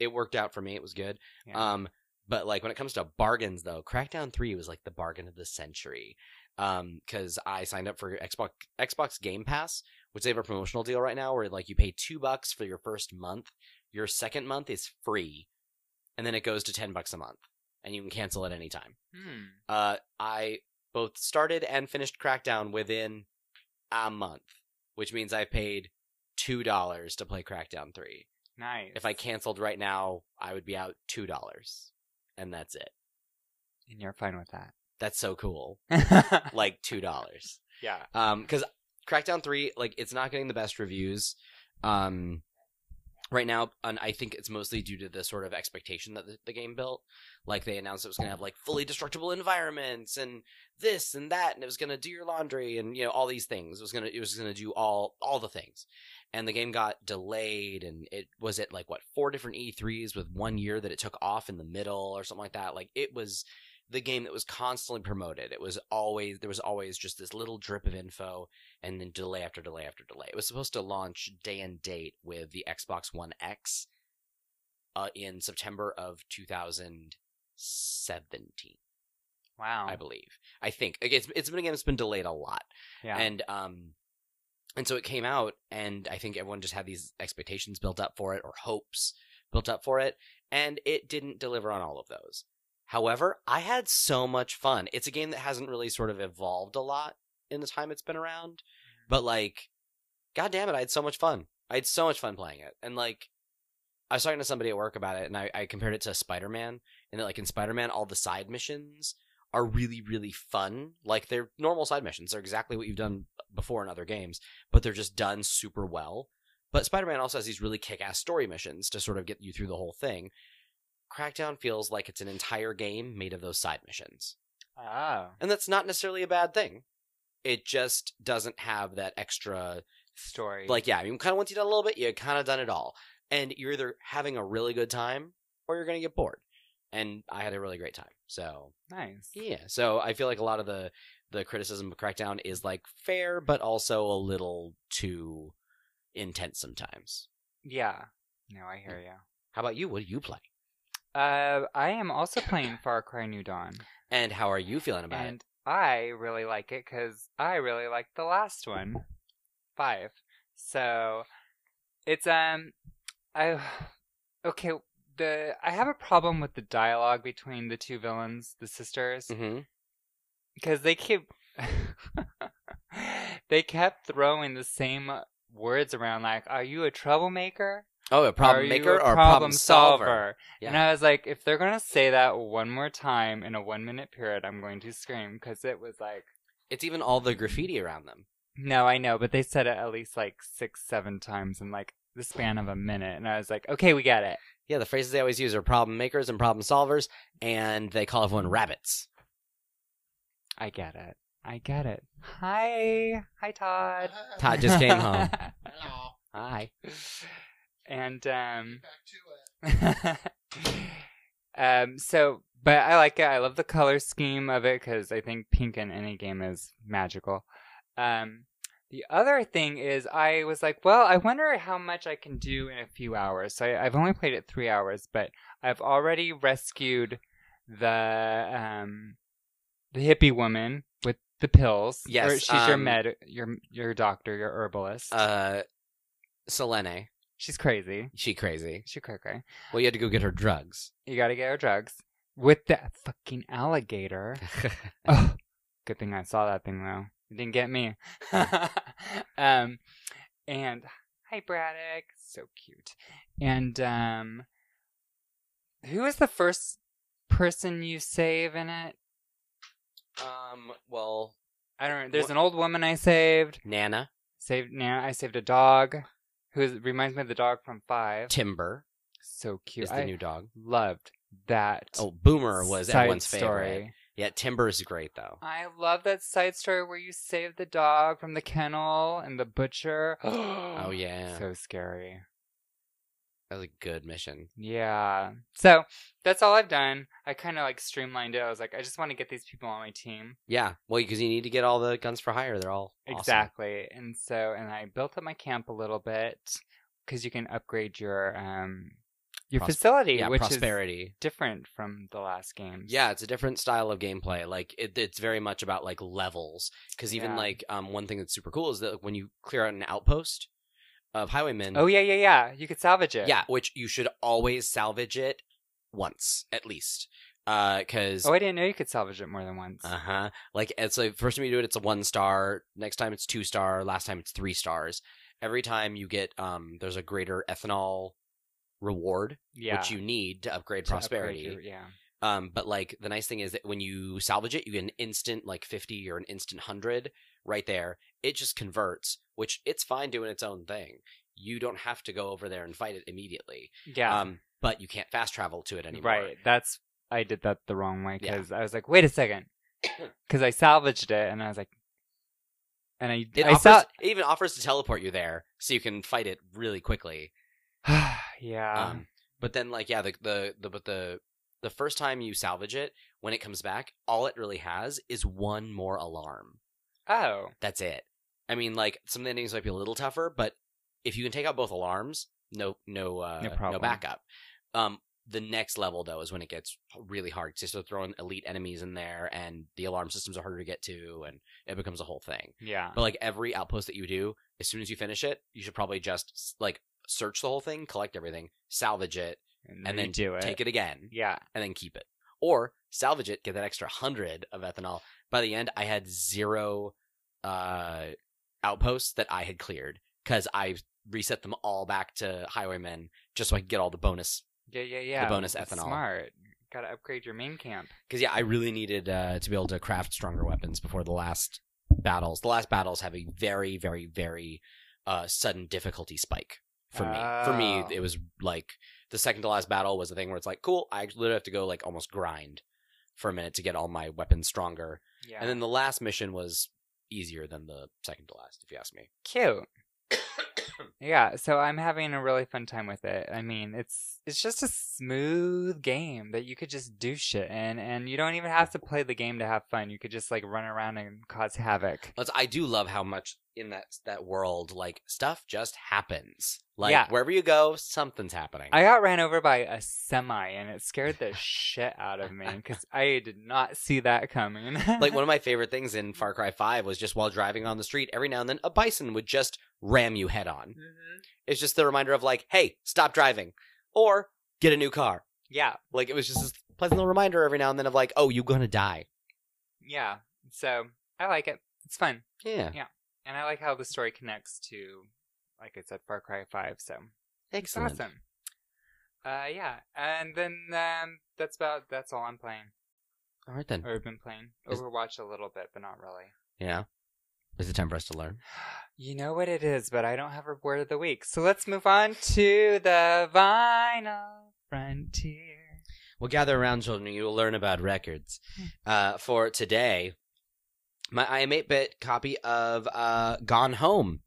Speaker 2: it worked out for me. It was good.
Speaker 1: Yeah.
Speaker 2: Um, but like when it comes to bargains though, Crackdown Three was like the bargain of the century. Um, because I signed up for Xbox Xbox Game Pass, which they have a promotional deal right now where like you pay two bucks for your first month, your second month is free, and then it goes to ten bucks a month, and you can cancel at any time.
Speaker 1: Hmm.
Speaker 2: Uh, I both started and finished Crackdown within a month, which means I paid two dollars to play Crackdown Three.
Speaker 1: nice.
Speaker 2: If I canceled right now, I would be out two dollars, and that's it.
Speaker 1: and you're fine with that.
Speaker 2: That's so cool. Like two dollars.
Speaker 1: yeah.
Speaker 2: Um, because Crackdown Three, like, it's not getting the best reviews. Um, right now, and I think it's mostly due to the sort of expectation that the, the game built. Like, they announced it was gonna have like fully destructible environments and this and that, and it was gonna do your laundry and you know all these things. It was gonna it was gonna do all all the things, and the game got delayed, and it was at like what four different E3s with one year that it took off in the middle or something like that. Like, it was the game that was constantly promoted. It was always there was always just this little drip of info and then delay after delay after delay. It was supposed to launch day and date with the Xbox One X uh, in September of 2017,
Speaker 1: Wow.
Speaker 2: I believe. I think Again, it's it's been a game that's been delayed a lot
Speaker 1: yeah.
Speaker 2: and um and so it came out and i think everyone just had these expectations built up for it or hopes built up for it and it didn't deliver on all of those however i had so much fun it's a game that hasn't really sort of evolved a lot in the time it's been around but like god damn it i had so much fun i had so much fun playing it and like i was talking to somebody at work about it and i, I compared it to spider-man and that like in spider-man all the side missions are really really fun like they're normal side missions they're exactly what you've done before in other games but they're just done super well but spider-man also has these really kick-ass story missions to sort of get you through the whole thing crackdown feels like it's an entire game made of those side missions
Speaker 1: oh.
Speaker 2: and that's not necessarily a bad thing it just doesn't have that extra
Speaker 1: Story.
Speaker 2: like yeah i mean kind of once you've done a little bit you kind of done it all and you're either having a really good time or you're gonna get bored and i had a really great time so
Speaker 1: nice.
Speaker 2: yeah, so I feel like a lot of the the criticism of Crackdown is like fair, but also a little too intense sometimes.
Speaker 1: Yeah. No, I hear you.
Speaker 2: How about you? What do you play?
Speaker 1: Uh, I am also playing Far Cry New Dawn,
Speaker 2: And how are you feeling about
Speaker 1: and I really like it because I really liked the last one, five. So it's um, I okay. The I have a problem with the dialogue between the two villains, the sisters,
Speaker 2: it? Mm-hmm.
Speaker 1: because they keep they kept throwing the same words around, like "Are you a troublemaker?"
Speaker 2: Oh, a
Speaker 1: Are
Speaker 2: problem
Speaker 1: you
Speaker 2: maker
Speaker 1: a
Speaker 2: or a problem solver?
Speaker 1: And I was like, if they're gonna say that one more time in a one minute period, I'm going to scream because it was like,
Speaker 2: It's even all the graffiti around them.
Speaker 1: no, I know, but they said it at least like six, seven times in like the span of a minute, and I was like, okay, we get it.
Speaker 2: Yeah, the phrases they always use are problem makers and problem solvers, and they call everyone rabbits.
Speaker 1: I get it. I get it. Hi, hi, Todd.
Speaker 2: Todd just came home. Hi.
Speaker 1: and um.
Speaker 3: Back to it.
Speaker 1: um so but i like it i love the color scheme of it because i think pink in any game is magical um the other thing is i was like well i wonder how much i can do in a few hours so I, i've only played it three hours but i've already rescued the um the hippie woman with the pills
Speaker 2: Yes,
Speaker 1: or she's your
Speaker 2: um,
Speaker 1: med your your doctor your herbalist
Speaker 2: Uh, Selene,
Speaker 1: she's crazy
Speaker 2: she crazy.
Speaker 1: she cray cray
Speaker 2: Well, you had to go get her drugs.
Speaker 1: You gotta get her drugs with that fucking alligator. Ugh. Good thing I saw that thing though. It didn't get me. um, and hi Braddock, so cute. And um, who is the first person you save in it?
Speaker 2: um, well,
Speaker 1: I don't. know. There's
Speaker 2: Wha-
Speaker 1: an old woman I saved.
Speaker 2: Nana,
Speaker 1: Saved now. I saved a dog, who is, reminds me of the dog from Five.
Speaker 2: Timber,
Speaker 1: So cute.
Speaker 2: is the
Speaker 1: I
Speaker 2: new dog.
Speaker 1: loved that.
Speaker 2: Oh, Boomer was
Speaker 1: side
Speaker 2: everyone's favorite.
Speaker 1: story.
Speaker 2: Yeah, Timber is great though.
Speaker 1: I love that side story where you save the dog from the kennel and the butcher.
Speaker 2: Oh yeah,
Speaker 1: So scary.
Speaker 2: that was a good mission.
Speaker 1: Yeah. So that's all I've done. I kind of like streamlined it. I was like, I just want to get these people on my team.
Speaker 2: Yeah, well, because you need to get all the guns for hire. They're all awesome.
Speaker 1: Exactly. And so, and I built up my camp a little bit because you can upgrade your um your
Speaker 2: Pros-
Speaker 1: facility,
Speaker 2: Yeah,
Speaker 1: which is
Speaker 2: prosperity.
Speaker 1: different from the last game.
Speaker 2: Yeah, it's a different style of gameplay. Like it, it's very much about like levels. Because even
Speaker 1: Yeah.
Speaker 2: like um, one thing that's super cool is that when you clear out an outpost of highwaymen,
Speaker 1: Oh yeah, yeah, yeah. You could salvage it.
Speaker 2: yeah, which you should always salvage it once at least. Uh, Because
Speaker 1: Oh, I didn't know you could salvage it more than once.
Speaker 2: Uh huh. Like it's like first time you do it, it's a one star. Next time it's two star. Last time it's three stars. Every time you get um, there's a greater ethanol reward
Speaker 1: yeah.
Speaker 2: which you need to upgrade
Speaker 1: to upgrade
Speaker 2: prosperity.
Speaker 1: your- yeah.
Speaker 2: Um, but like the nice thing is that when you salvage it, you get an instant like fifty or an instant hundred right there. It just converts, which it's fine doing its own thing. You don't have to go over there and fight it immediately.
Speaker 1: Yeah.
Speaker 2: Um, but you can't fast travel to it anymore.
Speaker 1: Right. That's I did that the wrong way
Speaker 2: Yeah.
Speaker 1: because I was like, wait a second, because I salvaged it and I was like, and I
Speaker 2: It
Speaker 1: I
Speaker 2: offers,
Speaker 1: saw,
Speaker 2: it even offers to teleport you there, so you can fight it really quickly.
Speaker 1: yeah,
Speaker 2: Um, but then like yeah, the, the the but the the first time you salvage it, when it comes back, all it really has is one more alarm.
Speaker 1: oh
Speaker 2: That's it. I mean, like some of the endings might be a little tougher, but if you can take out both alarms, no, no, uh,
Speaker 1: No
Speaker 2: no,
Speaker 1: problem.
Speaker 2: backup. Um, the next level though is when it gets really hard. 'cause You're still throwing elite enemies in there, and the alarm systems are harder to get to, and it becomes a whole thing.
Speaker 1: yeah,
Speaker 2: But like every outpost that you do, as soon as you finish it, you should probably just like search the whole thing, collect everything, salvage it,
Speaker 1: and,
Speaker 2: and then
Speaker 1: do it,
Speaker 2: take it again,
Speaker 1: yeah,
Speaker 2: and then keep it, or salvage it, get that extra hundred of ethanol. By the end, I had zero uh, outposts that I had cleared because I reset them all back to highwaymen just so I could get all the bonus.
Speaker 1: yeah, yeah, yeah.
Speaker 2: bonus
Speaker 1: that's
Speaker 2: ethanol.
Speaker 1: Smart. Gotta upgrade your main camp.
Speaker 2: Because yeah, I really needed uh, to be able to craft stronger weapons before the last battles. The last battles have a very, very, very uh, sudden difficulty spike. For me, for me,
Speaker 1: Oh.
Speaker 2: it was like the second to last battle was the thing where it's like, cool, I literally have to go like almost grind for a minute to get all my weapons stronger.
Speaker 1: Yeah,
Speaker 2: And then the last mission was easier than the second to last, if you ask me.
Speaker 1: cute. Yeah, so I'm having a really fun time with it. I mean, it's it's just a smooth game that you could just do shit in, and you don't even have to play the game to have fun. You could just like run around and cause havoc.
Speaker 2: But I do love how much in that that world, like stuff just happens. Like
Speaker 1: Yeah.
Speaker 2: wherever you go, something's happening.
Speaker 1: I got ran over by a semi, and it scared the shit out of me because I did not see that coming.
Speaker 2: like one of my favorite things in Far Cry 5 was just while driving on the street, every now and then a bison would just ram you head on.
Speaker 1: Mhm.
Speaker 2: It's just the reminder of like, hey, stop driving or get a new car.
Speaker 1: yeah,
Speaker 2: Like it was just this pleasant little reminder every now and then of like, oh, you're gonna die.
Speaker 1: yeah. So I like it. It's fun,
Speaker 2: Yeah,
Speaker 1: and I like how the story connects to, like I said, Far Cry Five. So it's
Speaker 2: excellent.
Speaker 1: awesome. Uh, yeah, and then um, that's about that's all I'm playing
Speaker 2: All right then.
Speaker 1: or have been playing.
Speaker 2: Is-
Speaker 1: Overwatch a little bit, but not really.
Speaker 2: Yeah, is it time for us to learn?
Speaker 1: You know what it is, but I don't have a word of the week. So let's move on to the vinyl frontier.
Speaker 2: Well, gather around, children. You will learn about records. Uh, for today, my IM 8 bit copy of uh, Gone Home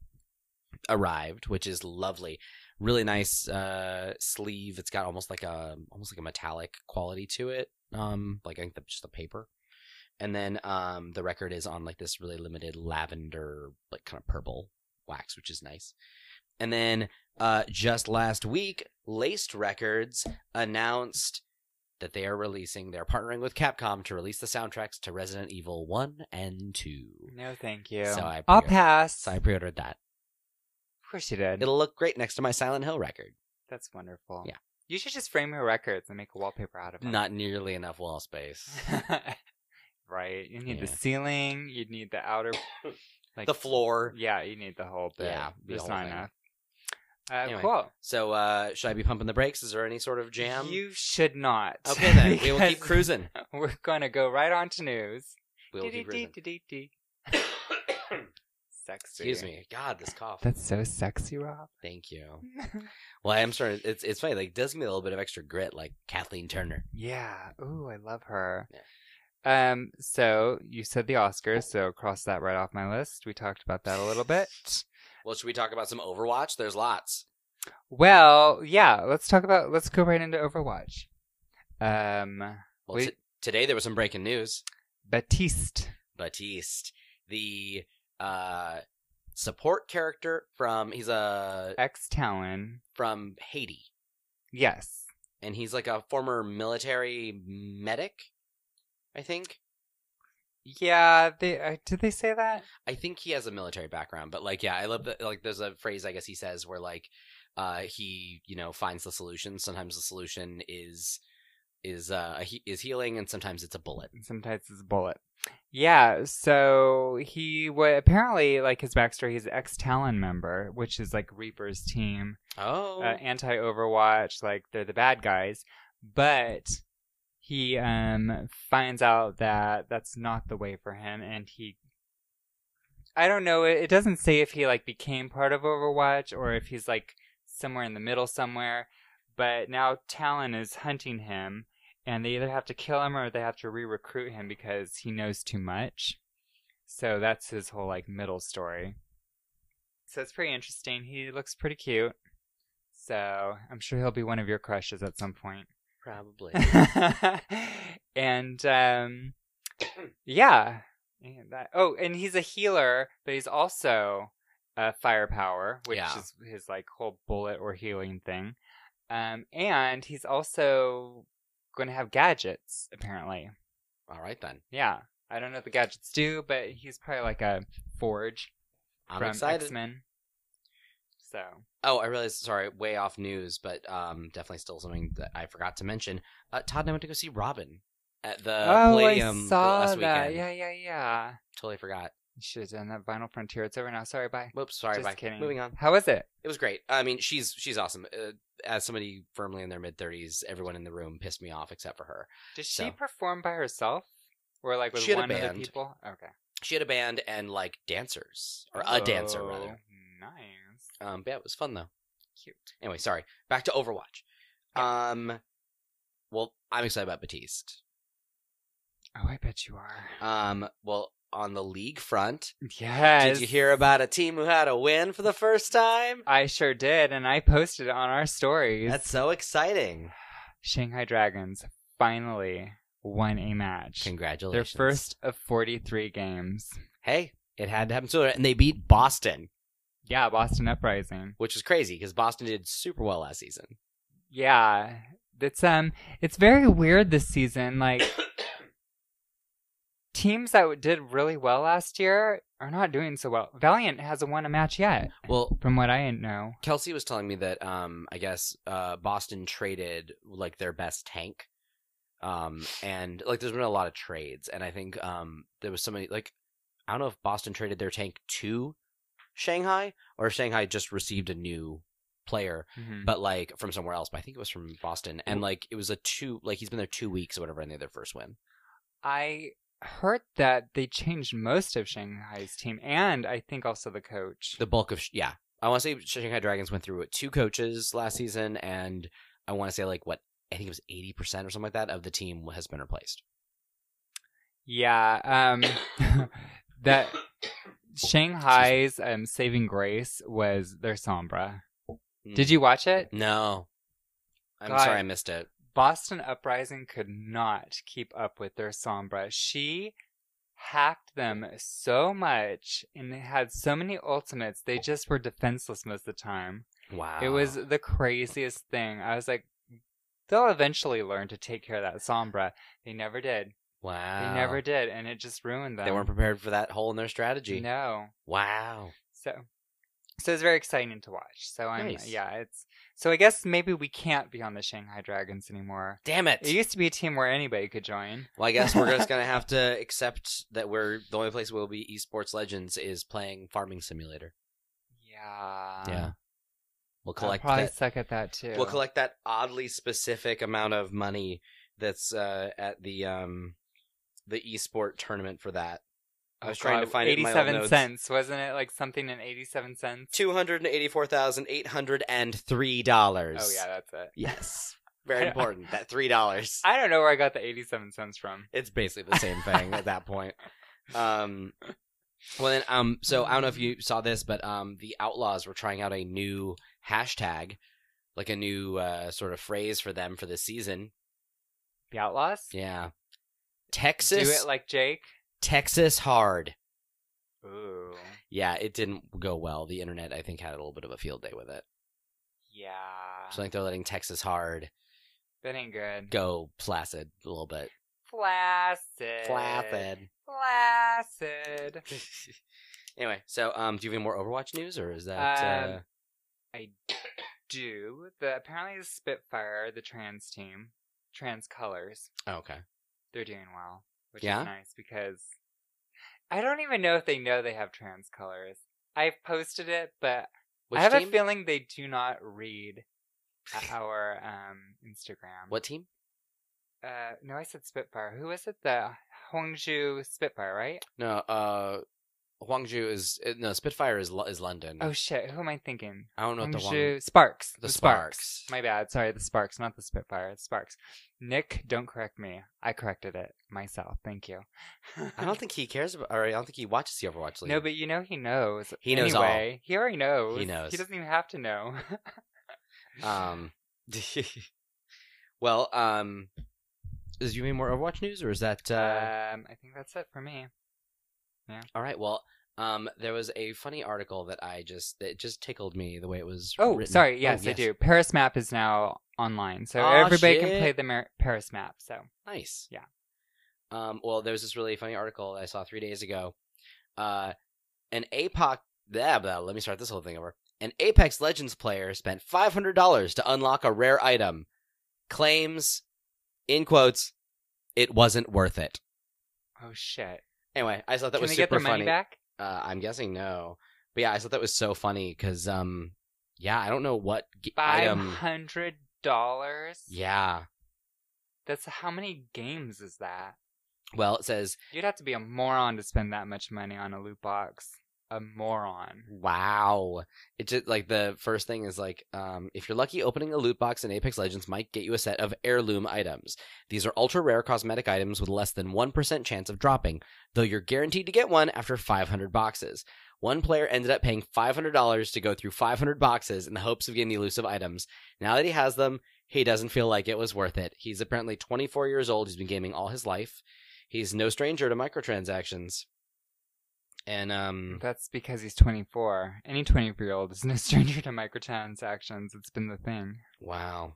Speaker 2: arrived, which is lovely. Really nice uh, sleeve. It's got almost like a almost like a metallic quality to it. Um, like I think the, just the paper. And then um, the record is on like this really limited lavender, like kind of purple wax, which is nice. And then uh, just last week, Laced Records announced that they are releasing. They're partnering with Capcom to release the soundtracks to Resident Evil 1 and 2.
Speaker 1: No, thank you.
Speaker 2: So I
Speaker 1: will
Speaker 2: pre-
Speaker 1: pass.
Speaker 2: So I pre ordered that.
Speaker 1: Of course you did.
Speaker 2: It'll look great next to my Silent Hill record.
Speaker 1: That's wonderful.
Speaker 2: Yeah.
Speaker 1: You should just frame your records and make a wallpaper out of them.
Speaker 2: Not nearly enough wall space.
Speaker 1: right. You need the
Speaker 2: Yeah.
Speaker 1: ceiling. You need the outer, like
Speaker 2: the floor.
Speaker 1: Yeah, you need the whole bit.
Speaker 2: Yeah, the
Speaker 1: There's
Speaker 2: whole
Speaker 1: not
Speaker 2: thing.
Speaker 1: enough. Uh,
Speaker 2: Anyway,
Speaker 1: cool.
Speaker 2: So uh should I be pumping the brakes? Is there any sort of jam?
Speaker 1: You should not.
Speaker 2: Okay then. We will keep
Speaker 1: because
Speaker 2: cruising.
Speaker 1: We're gonna go right on to news.
Speaker 2: We will keep cruising.
Speaker 1: Dee-dee-dee-dee-dee. Sexy.
Speaker 2: Excuse me. God, this cough.
Speaker 1: That's so sexy, Rob.
Speaker 2: Thank you. Well, I am starting it's it's funny, like it does me a little bit of extra grit, like Kathleen Turner.
Speaker 1: yeah. Ooh, I love her.
Speaker 2: Yeah.
Speaker 1: Um, so you said the Oscars, so cross that right off my list. We talked about that a little bit.
Speaker 2: Well, should we talk about some Overwatch? There's lots.
Speaker 1: Well, yeah, let's talk about let's go right into Overwatch. Um
Speaker 2: Well,
Speaker 1: We-
Speaker 2: t- today there was some breaking news.
Speaker 1: Batiste.
Speaker 2: Batiste, the uh, support character from he's a
Speaker 1: Ex Talon.
Speaker 2: from Haiti,
Speaker 1: Yes.
Speaker 2: and he's like a former military medic. I think.
Speaker 1: Yeah, they uh, did they say that?
Speaker 2: I think he has a military background, but like, yeah, I love that. Like, there's a phrase I guess he says where like, uh, he you know finds the solution. Sometimes the solution is is uh he- is healing, and sometimes it's a bullet.
Speaker 1: Sometimes it's a bullet. Yeah, so he wa apparently like his backstory. He's ex Talon member, which is like Reaper's team,
Speaker 2: Oh,
Speaker 1: uh, anti Overwatch. Like they're the bad guys, but he um finds out that that's not the way for him, and he. I don't know. It, it doesn't say if he like became part of Overwatch or if he's like somewhere in the middle somewhere, but now Talon is hunting him. And they either have to kill him or they have to re recruit him because he knows too much. So that's his whole like middle story. So it's pretty interesting. He looks pretty cute. So I'm sure he'll be one of your crushes at some point.
Speaker 2: probably.
Speaker 1: and um yeah. And that- oh, and he's a healer, but he's also a firepower, which
Speaker 2: Yeah.
Speaker 1: is his like whole bullet or healing thing. Um and he's also going to have gadgets apparently.
Speaker 2: All right then.
Speaker 1: Yeah. I don't know what the gadgets do, but he's probably like a forge
Speaker 2: I'm
Speaker 1: from
Speaker 2: excited.
Speaker 1: X-Men. So,
Speaker 2: Oh, I realized. Sorry, way off news, but um, definitely still something that I forgot to mention. Uh, Todd and I went to go see Robin at the
Speaker 1: oh,
Speaker 2: Uh, Palladium
Speaker 1: I saw
Speaker 2: last
Speaker 1: that.
Speaker 2: weekend.
Speaker 1: Yeah, yeah, yeah.
Speaker 2: Totally forgot.
Speaker 1: You should have done that. Vinyl Frontier. It's over now. Sorry, bye.
Speaker 2: Whoops. Sorry.
Speaker 1: Just
Speaker 2: bye.
Speaker 1: kidding.
Speaker 2: Moving on.
Speaker 1: How was it?
Speaker 2: It was great. I mean, she's she's awesome. Uh, as somebody firmly in their mid thirties, everyone in the room pissed me off except for her.
Speaker 1: Did she
Speaker 2: So-
Speaker 1: perform by herself, or like with
Speaker 2: She had a
Speaker 1: one other
Speaker 2: band.
Speaker 1: people? Okay,
Speaker 2: She had a band and like dancers or a dancer rather.
Speaker 1: Oh, Nice.
Speaker 2: Um, but yeah, it was fun though.
Speaker 1: Cute.
Speaker 2: Anyway, sorry. Back to Overwatch. Um, well, I'm excited about Batiste.
Speaker 1: Oh, I bet you are.
Speaker 2: Um, well, on the league front,
Speaker 1: yes.
Speaker 2: did you hear about a team who had a win for the first time?
Speaker 1: I sure did, and I posted it on our stories.
Speaker 2: That's so exciting!
Speaker 1: Shanghai Dragons finally won a match. Their
Speaker 2: Congratulations!
Speaker 1: first of 43 games.
Speaker 2: Hey, it had to happen sooner, and they beat Boston.
Speaker 1: Yeah, Boston Uprising.
Speaker 2: which is crazy because Boston did super well last season.
Speaker 1: Yeah. It's um it's very weird this season like teams that did really well last year are not doing so well. Valiant hasn't won a match yet,
Speaker 2: Well,
Speaker 1: from what I know.
Speaker 2: Kelsey was telling me that um, I guess uh, Boston traded like their best tank, um, and like there's been a lot of trades, and I think um, there was somebody like I don't know if Boston traded their tank to Shanghai or if Shanghai just received a new player, but like from somewhere else. But I think it was from Boston, and like it was a two like he's been there two weeks or whatever, and they had their first win.
Speaker 1: I heard that they changed most of Shanghai's team and I think also the coach.
Speaker 2: the bulk of yeah i want to say shanghai dragons went through what, two coaches last season and i want to say like what i think it was 80% or something like that of the team has been replaced
Speaker 1: yeah, um that Shanghai's um saving grace was their Sombra. Did you watch it?
Speaker 2: no i'm
Speaker 1: God.
Speaker 2: sorry i missed it
Speaker 1: Boston Uprising could not keep up with their Sombra. She hacked them so much and they had so many ultimates. They just were defenseless most of the time.
Speaker 2: wow
Speaker 1: It was the craziest thing. I was like, they'll eventually learn to take care of that Sombra. They never did.
Speaker 2: wow
Speaker 1: They never did. And it just ruined them.
Speaker 2: they weren't prepared for that hole in their strategy
Speaker 1: No.
Speaker 2: wow
Speaker 1: So. So it's very exciting to watch. So I'm
Speaker 2: Nice.
Speaker 1: yeah, it's so I guess maybe we can't be on the Shanghai Dragons anymore.
Speaker 2: damn it
Speaker 1: It used to be a team where anybody could join.
Speaker 2: well i guess we're just gonna have to accept that we're the only place we'll be esports legends is playing farming simulator
Speaker 1: Yeah.
Speaker 2: yeah we'll
Speaker 1: I'll
Speaker 2: collect
Speaker 1: probably
Speaker 2: that
Speaker 1: suck at that too.
Speaker 2: We'll collect that oddly specific amount of money that's uh, at the um, the esport tournament for that. I was trying to find it in my old
Speaker 1: eighty-seven
Speaker 2: notes.
Speaker 1: cents, wasn't it? Like something in eighty-seven cents.
Speaker 2: Two hundred and eighty four thousand eight hundred and three dollars.
Speaker 1: Oh yeah, that's it.
Speaker 2: Yes. Very important. That three dollars.
Speaker 1: I don't know where I got the 87 cents from.
Speaker 2: It's basically the same thing at that point. Um, well then, um, so I don't know if you saw this, but um, the Outlaws were trying out a new hashtag, like a new uh, sort of phrase for them for this season.
Speaker 1: The Outlaws?
Speaker 2: Yeah,
Speaker 1: Do
Speaker 2: Texas,
Speaker 1: it like Jake.
Speaker 2: Texas hard.
Speaker 1: Ooh.
Speaker 2: Yeah, it didn't go well. The internet, I think, had a little bit of a field day with it.
Speaker 1: Yeah. Ah.
Speaker 2: So like they're letting Texas hard
Speaker 1: that ain't good.
Speaker 2: go placid a little bit.
Speaker 1: Flaccid.
Speaker 2: Placid.
Speaker 1: Flaccid.
Speaker 2: anyway, so um, do you have any more Overwatch news, or is that
Speaker 1: Um, I do. The apparently the Spitfire, the trans team, trans colors,
Speaker 2: uh... oh, okay?
Speaker 1: they're doing well, which
Speaker 2: Yeah?
Speaker 1: is nice because I don't even know if they know they have trans colors. I've posted it, but
Speaker 2: Which
Speaker 1: I have
Speaker 2: team?
Speaker 1: a feeling they do not read a- our um, Instagram.
Speaker 2: What team?
Speaker 1: Uh, no, I said Spitfire. Who is it? The Hongju Spitfire, right?
Speaker 2: No, uh, Huangju is uh, no Spitfire is Lo- is London.
Speaker 1: Oh shit, who am I thinking?
Speaker 2: I don't know if the Huang.
Speaker 1: Hongju Sparks.
Speaker 2: The Sparks.
Speaker 1: My bad. Sorry, the Sparks, not the Spitfire. It's Sparks. Nick, don't correct me. I corrected it myself. Thank you.
Speaker 2: I don't think he cares about, or I don't think he watches the Overwatch League.
Speaker 1: No, but you know he knows.
Speaker 2: He knows all.
Speaker 1: anyway, He already knows.
Speaker 2: He knows.
Speaker 1: He doesn't even have to know.
Speaker 2: um, well, um, is you mean more Overwatch news, or is that uh...
Speaker 1: um, I think that's it for me.
Speaker 2: all right? Well, um, there was a funny article that I just that just tickled me the way it was.
Speaker 1: Oh,
Speaker 2: written.
Speaker 1: sorry. Yes,
Speaker 2: Oh,
Speaker 1: I do. Paris Map is now online, so
Speaker 2: Aw,
Speaker 1: everybody can
Speaker 2: shit.
Speaker 1: play the Mer- Paris Map. So
Speaker 2: Nice.
Speaker 1: Yeah.
Speaker 2: Um, well, there was this really funny article that I saw three days ago. Uh, an APOC. Blah, blah, let me start this whole thing over. An Apex Legends player spent $500 to unlock a rare item. Claims, in quotes, it wasn't worth it.
Speaker 1: oh shit.
Speaker 2: Anyway, I thought that
Speaker 1: can
Speaker 2: was
Speaker 1: they
Speaker 2: super
Speaker 1: get their
Speaker 2: funny.
Speaker 1: money back?
Speaker 2: Uh, I'm guessing no. But yeah, I thought that was so funny because, um, yeah, I don't know what g-
Speaker 1: Five
Speaker 2: item.
Speaker 1: hundred dollars.
Speaker 2: um, Yeah.
Speaker 1: That's how many games is that?
Speaker 2: Well, it says,
Speaker 1: You'd have to be a moron to spend that much money on a loot box. A moron.
Speaker 2: Wow. It just like the first thing is like, um, if you're lucky, opening a loot box in Apex Legends might get you a set of heirloom items. These are ultra rare cosmetic items with less than 1% chance of dropping, though you're guaranteed to get one after 500 boxes. One player ended up paying $500 to go through 500 boxes in the hopes of getting the elusive items. Now that he has them, he doesn't feel like it was worth it. He's apparently 24 years old. He's been gaming all his life. He's no stranger to microtransactions. And, um,
Speaker 1: That's because he's 24. Any 24 year old is no stranger to microtransactions. It's been the thing.
Speaker 2: wow.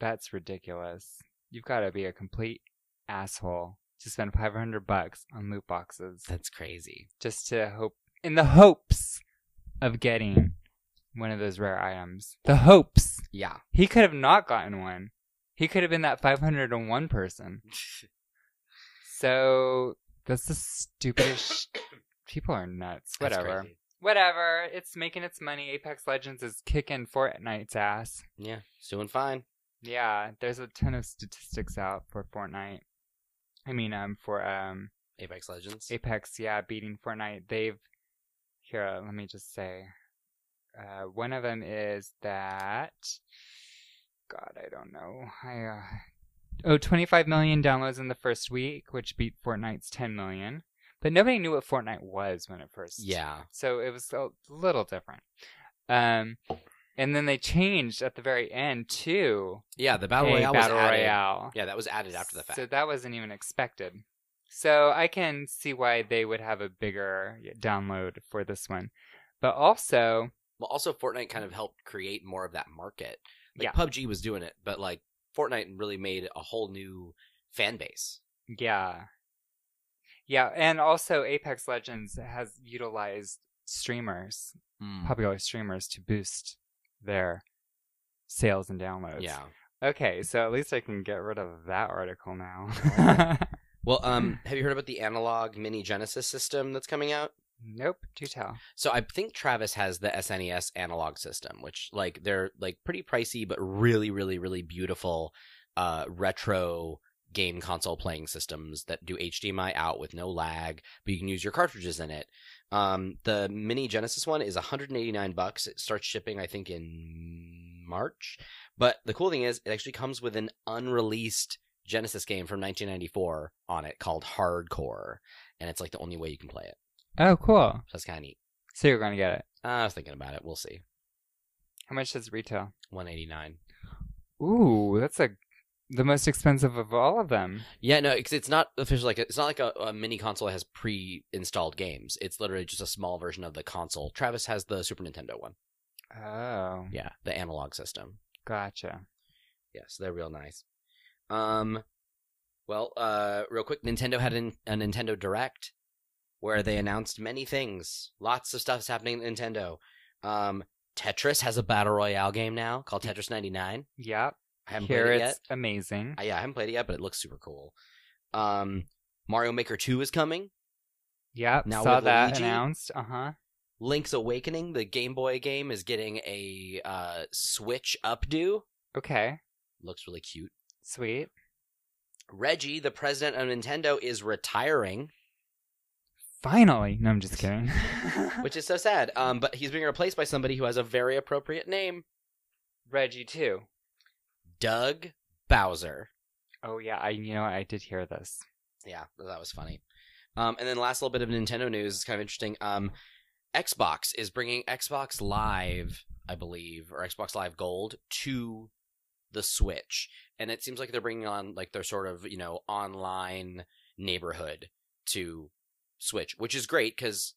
Speaker 1: That's ridiculous. You've got to be a complete asshole to spend 500 bucks on loot boxes
Speaker 2: That's crazy.
Speaker 1: just to hope, in the hopes of getting one of those rare items. The hopes.
Speaker 2: Yeah.
Speaker 1: He could have not gotten one. He could have been that 501 person. So that's the stupidest. sh- People are nuts.
Speaker 2: That's
Speaker 1: Whatever.
Speaker 2: crazy.
Speaker 1: whatever. It's making its money. Apex Legends is kicking Fortnite's ass.
Speaker 2: Yeah, it's doing fine.
Speaker 1: Yeah, there's a ton of statistics out for Fortnite. I mean, um, for um,
Speaker 2: Apex Legends.
Speaker 1: Apex, yeah, beating Fortnite. They've here. Let me just say, uh, one of them is that. God, I don't know. I uh, oh, 25 million downloads in the first week, which beat Fortnite's 10 million. But nobody knew what Fortnite was when it first
Speaker 2: yeah.
Speaker 1: so it was a little different. Um,
Speaker 2: Oh.
Speaker 1: and then they changed at the very end to
Speaker 2: Yeah, the Battle
Speaker 1: a
Speaker 2: Royale
Speaker 1: battle
Speaker 2: was added.
Speaker 1: royale.
Speaker 2: Yeah, that was added after the fact.
Speaker 1: So that wasn't even expected. So I can see why they would have a bigger download for this one. But also,
Speaker 2: well, also Fortnite kind of helped create more of that market. Like
Speaker 1: Yeah.
Speaker 2: PUBG was doing it, but like Fortnite really made a whole new fan base.
Speaker 1: yeah. Yeah, and also Apex Legends has utilized streamers,
Speaker 2: Mm.
Speaker 1: popular streamers to boost their sales and downloads.
Speaker 2: Yeah.
Speaker 1: Okay, so at least I can get rid of that article now.
Speaker 2: Well, um, have you heard about the analog mini Genesis system that's coming out?
Speaker 1: nope, do tell.
Speaker 2: So I think Travis has the SNES analog system, which like they're like pretty pricey but really really really beautiful uh retro game console playing systems that do HDMI out with no lag, but you can use your cartridges in it. Um the mini Genesis one is 189 bucks. It starts shipping I think in March. But the cool thing is, it actually comes with an unreleased Genesis game from 1994 on it called Hardcore, and it's like the only way you can play it.
Speaker 1: Oh, cool.
Speaker 2: So that's kind of neat.
Speaker 1: So you're gonna get it.
Speaker 2: Uh, I was thinking about it. We'll see.
Speaker 1: How much does it retail?
Speaker 2: 189.
Speaker 1: Ooh, that's a the most expensive of all of them.
Speaker 2: Yeah, no, it's, it's not official. Like a, it's not like a, a mini console that has pre-installed games. It's literally just a small version of the console. Travis has the Super Nintendo one.
Speaker 1: Oh,
Speaker 2: Yeah, the analog system.
Speaker 1: gotcha.
Speaker 2: Yeah, so they're real nice. Um, well, uh, real quick, Nintendo had an, a Nintendo Direct where they announced many things. Lots of stuff's happening at Nintendo. Um, Tetris has a battle royale game now called Tetris 99.
Speaker 1: Yep.
Speaker 2: I haven't
Speaker 1: Here
Speaker 2: played it
Speaker 1: it's
Speaker 2: yet.
Speaker 1: amazing.
Speaker 2: Uh, yeah, I haven't played it yet, but it looks super cool. Um, Mario Maker 2 is coming.
Speaker 1: Yep.
Speaker 2: Now
Speaker 1: saw
Speaker 2: with
Speaker 1: that
Speaker 2: Luigi?
Speaker 1: announced. Uh huh.
Speaker 2: Link's Awakening, the Game Boy game, is getting a uh, Switch updo.
Speaker 1: Okay.
Speaker 2: Looks really cute.
Speaker 1: Sweet.
Speaker 2: Reggie, the president of Nintendo, is retiring.
Speaker 1: Finally. No, I'm just kidding. Ah.
Speaker 2: which is so sad. Um, but he's being replaced by somebody who has a very appropriate name,
Speaker 1: Reggie too.
Speaker 2: Doug Bowser.
Speaker 1: Oh yeah, I you know I did hear this.
Speaker 2: Yeah, that was funny. Um, and then last little bit of Nintendo news is kind of interesting. Um, Xbox is bringing Xbox Live, I believe, or Xbox Live Gold to the Switch, and it seems like they're bringing on like their sort of you know online neighborhood to Switch, which is great because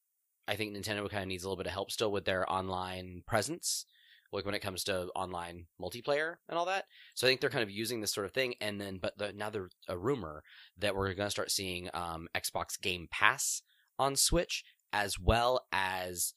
Speaker 2: I think Nintendo kind of needs a little bit of help still with their online presence, like when it comes to online multiplayer and all that. So I think they're kind of using this sort of thing, and then but the, now there's a rumor that we're going to start seeing um, Xbox Game Pass on Switch as well as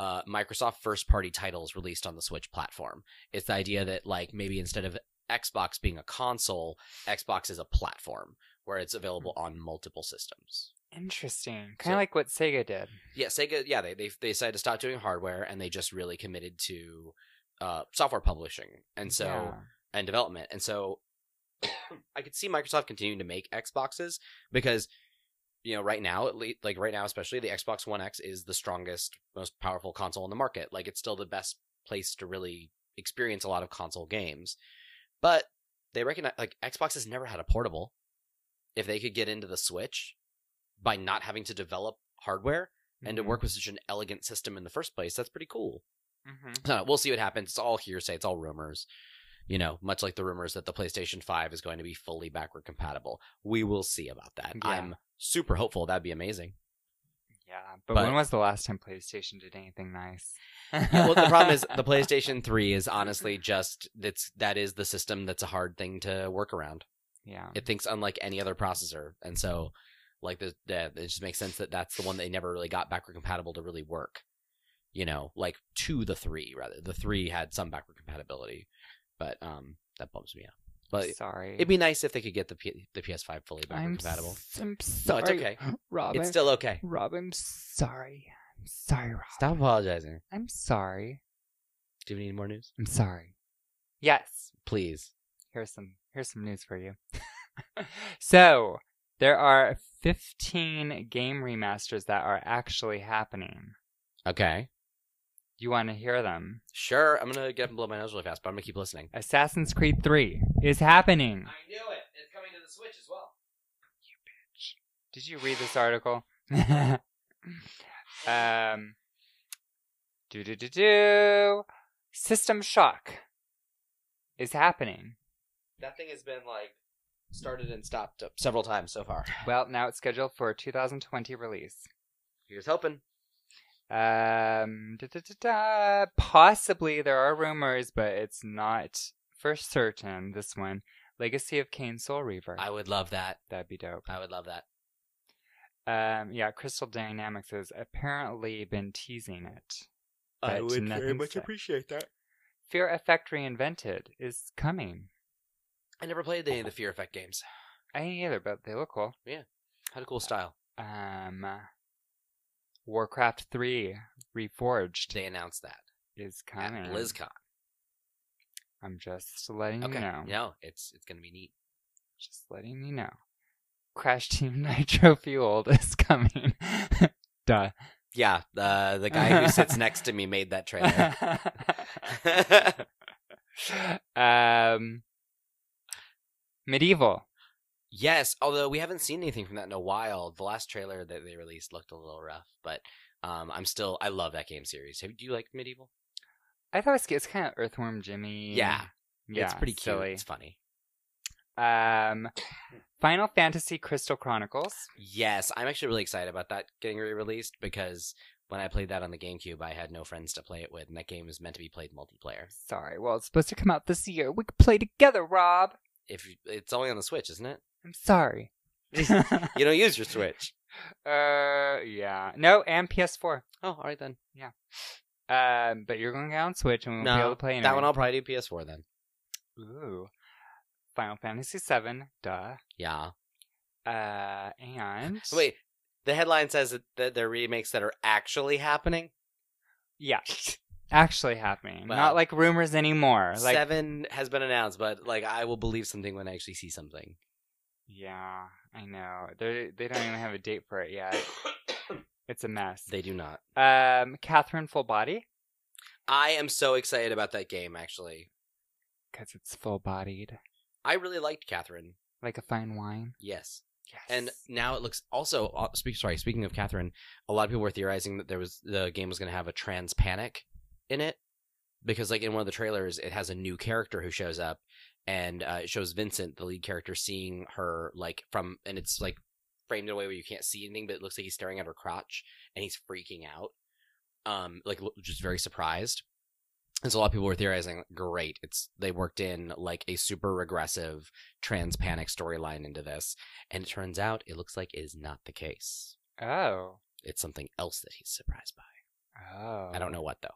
Speaker 2: uh, Microsoft first party titles released on the Switch platform. It's the idea that like maybe instead of Xbox being a console, Xbox is a platform where it's available on multiple systems.
Speaker 1: Interesting.
Speaker 2: So-
Speaker 1: Kind of like what Sega did.
Speaker 2: Yeah, Sega. Yeah, they they they decided to stop doing hardware and they just really committed to uh, software publishing and so
Speaker 1: Yeah.
Speaker 2: and development. And so I could see Microsoft continuing to make Xboxes because you know right now at least like right now especially the Xbox One X is the strongest, most powerful console on the market. Like it's still the best place to really experience a lot of console games. But they recognize like Xbox has never had a portable. If they could get into the Switch by not having to develop hardware and to
Speaker 1: Mhm.
Speaker 2: work with such an elegant system in the first place, that's pretty cool.
Speaker 1: Mhm.
Speaker 2: I don't know, Uh, we'll see what happens. It's all hearsay. It's all rumors. You know, much like the rumors that the PlayStation 5 is going to be fully backward compatible. We will see about that.
Speaker 1: Yeah.
Speaker 2: I'm super hopeful. That'd be amazing.
Speaker 1: Yeah, but,
Speaker 2: But-
Speaker 1: when was the last time PlayStation did anything nice?
Speaker 2: Yeah, well, the problem is the PlayStation 3 is honestly just that's that is the system that's a hard thing to work around.
Speaker 1: Yeah.
Speaker 2: It thinks unlike any other processor, and so like the, the it just makes sense that that's the one they never really got backward compatible to really work. You know, like to the 3 rather. The 3 had some backward compatibility, but um that bums me out. But
Speaker 1: sorry.
Speaker 2: It'd be nice if they could get the P- the PS5 fully backward
Speaker 1: I'm
Speaker 2: compatible.
Speaker 1: s- I'm
Speaker 2: No,
Speaker 1: sorry.
Speaker 2: it's okay.
Speaker 1: Rob.
Speaker 2: It's
Speaker 1: I-
Speaker 2: still okay.
Speaker 1: Rob, I'm sorry. I'm sorry, Rob.
Speaker 2: Stop apologizing.
Speaker 1: I'm sorry.
Speaker 2: Do we need more news?
Speaker 1: I'm sorry. Yes.
Speaker 2: Please.
Speaker 1: here's some here's some news for you. so there are 15 game remasters that are actually happening.
Speaker 2: Okay.
Speaker 1: You want to hear them?
Speaker 2: Sure. I'm gonna get up and blow my nose really fast, but I'm gonna keep listening.
Speaker 1: Assassin's Creed 3 is happening.
Speaker 2: knew it. It's coming to the Switch as well.
Speaker 1: Did you read this article? um, do do do do. System Shock is happening.
Speaker 2: That thing has been like started and stopped several times so far.
Speaker 1: Well, now it's scheduled for a 2020 release.
Speaker 2: Here's hoping.
Speaker 1: Um, da, da, da, da. possibly there are rumors, but it's not for certain. This one, Legacy of Kain Soul Reaver,
Speaker 2: I would love that.
Speaker 1: that'd be dope.
Speaker 2: I would love that.
Speaker 1: Um, yeah, Crystal Dynamics has apparently been teasing it. I But would very nothing's much said.
Speaker 2: appreciate that.
Speaker 1: Fear Effect Reinvented is coming.
Speaker 2: I never played any of the Fear Effect games.
Speaker 1: I ain't either, but they look cool.
Speaker 2: Had a cool style.
Speaker 1: Um, Warcraft Three Reforged
Speaker 2: They announced that
Speaker 1: is
Speaker 2: at
Speaker 1: coming.
Speaker 2: BlizzCon.
Speaker 1: I'm just letting
Speaker 2: Okay.
Speaker 1: you know.
Speaker 2: No, it's it's gonna be neat.
Speaker 1: Just letting you know. Crash Team Nitro Fueled is coming. Duh.
Speaker 2: Yeah, the the guy who sits next to me made that trailer.
Speaker 1: Um, Medieval.
Speaker 2: Yes, although we haven't seen anything from that in a while. The last trailer that they released looked a little rough, but um, I'm still I love that game series. Have do you like Medieval?
Speaker 1: I thought it's, it's kind of Earthworm Jimmy.
Speaker 2: Yeah.
Speaker 1: yeah,
Speaker 2: it's pretty cute.
Speaker 1: silly.
Speaker 2: It's funny.
Speaker 1: Um, Final Fantasy Crystal Chronicles.
Speaker 2: Yes, I'm actually really excited about that getting re-released because when I played that on the GameCube, I had no friends to play it with, and that game is meant to be played multiplayer.
Speaker 1: Sorry, well, it's supposed to come out this year. We could play together, Rob.
Speaker 2: If you, it's only on the Switch, isn't it?
Speaker 1: I'm sorry. uh,
Speaker 2: You don't use your Switch.
Speaker 1: yeah. No, and PS4.
Speaker 2: Oh, all right then.
Speaker 1: Um, but you're going to get on Switch and we'll be
Speaker 2: No,
Speaker 1: able to play
Speaker 2: That one I'll probably do PS4 then.
Speaker 1: Ooh. Final Fantasy VII, duh.
Speaker 2: Yeah.
Speaker 1: Uh, and
Speaker 2: Wait, the headline says that, that there are remakes that are actually happening.
Speaker 1: yeah, actually happening,
Speaker 2: Wow.
Speaker 1: not like rumors anymore. Like,
Speaker 2: Seven has been announced, but like I will believe something when I actually see something.
Speaker 1: yeah, I know they they don't even have a date for it yet. It's a mess.
Speaker 2: they do not.
Speaker 1: Um, Catherine Full Body
Speaker 2: I am so excited about that game. Actually,
Speaker 1: because it's full bodied,
Speaker 2: I really liked Catherine.
Speaker 1: like a fine wine.
Speaker 2: Yes.
Speaker 1: Yes.
Speaker 2: And now it looks also. Uh, speak, sorry, speaking of Catherine, a lot of people were theorizing that there was the game was going to have a trans panic in it because, like in one of the trailers, it has a new character who shows up, and uh, it shows Vincent, the lead character, seeing her like from, and it's like framed in a way where you can't see anything, but it looks like he's staring at her crotch and he's freaking out, um, like lo- just very surprised. And so a lot of people were theorizing, like, great, it's they worked in like a super regressive trans panic storyline into this. And it turns out it looks like it is not the case.
Speaker 1: oh,
Speaker 2: It's something else that he's surprised by.
Speaker 1: oh,
Speaker 2: I don't know what though.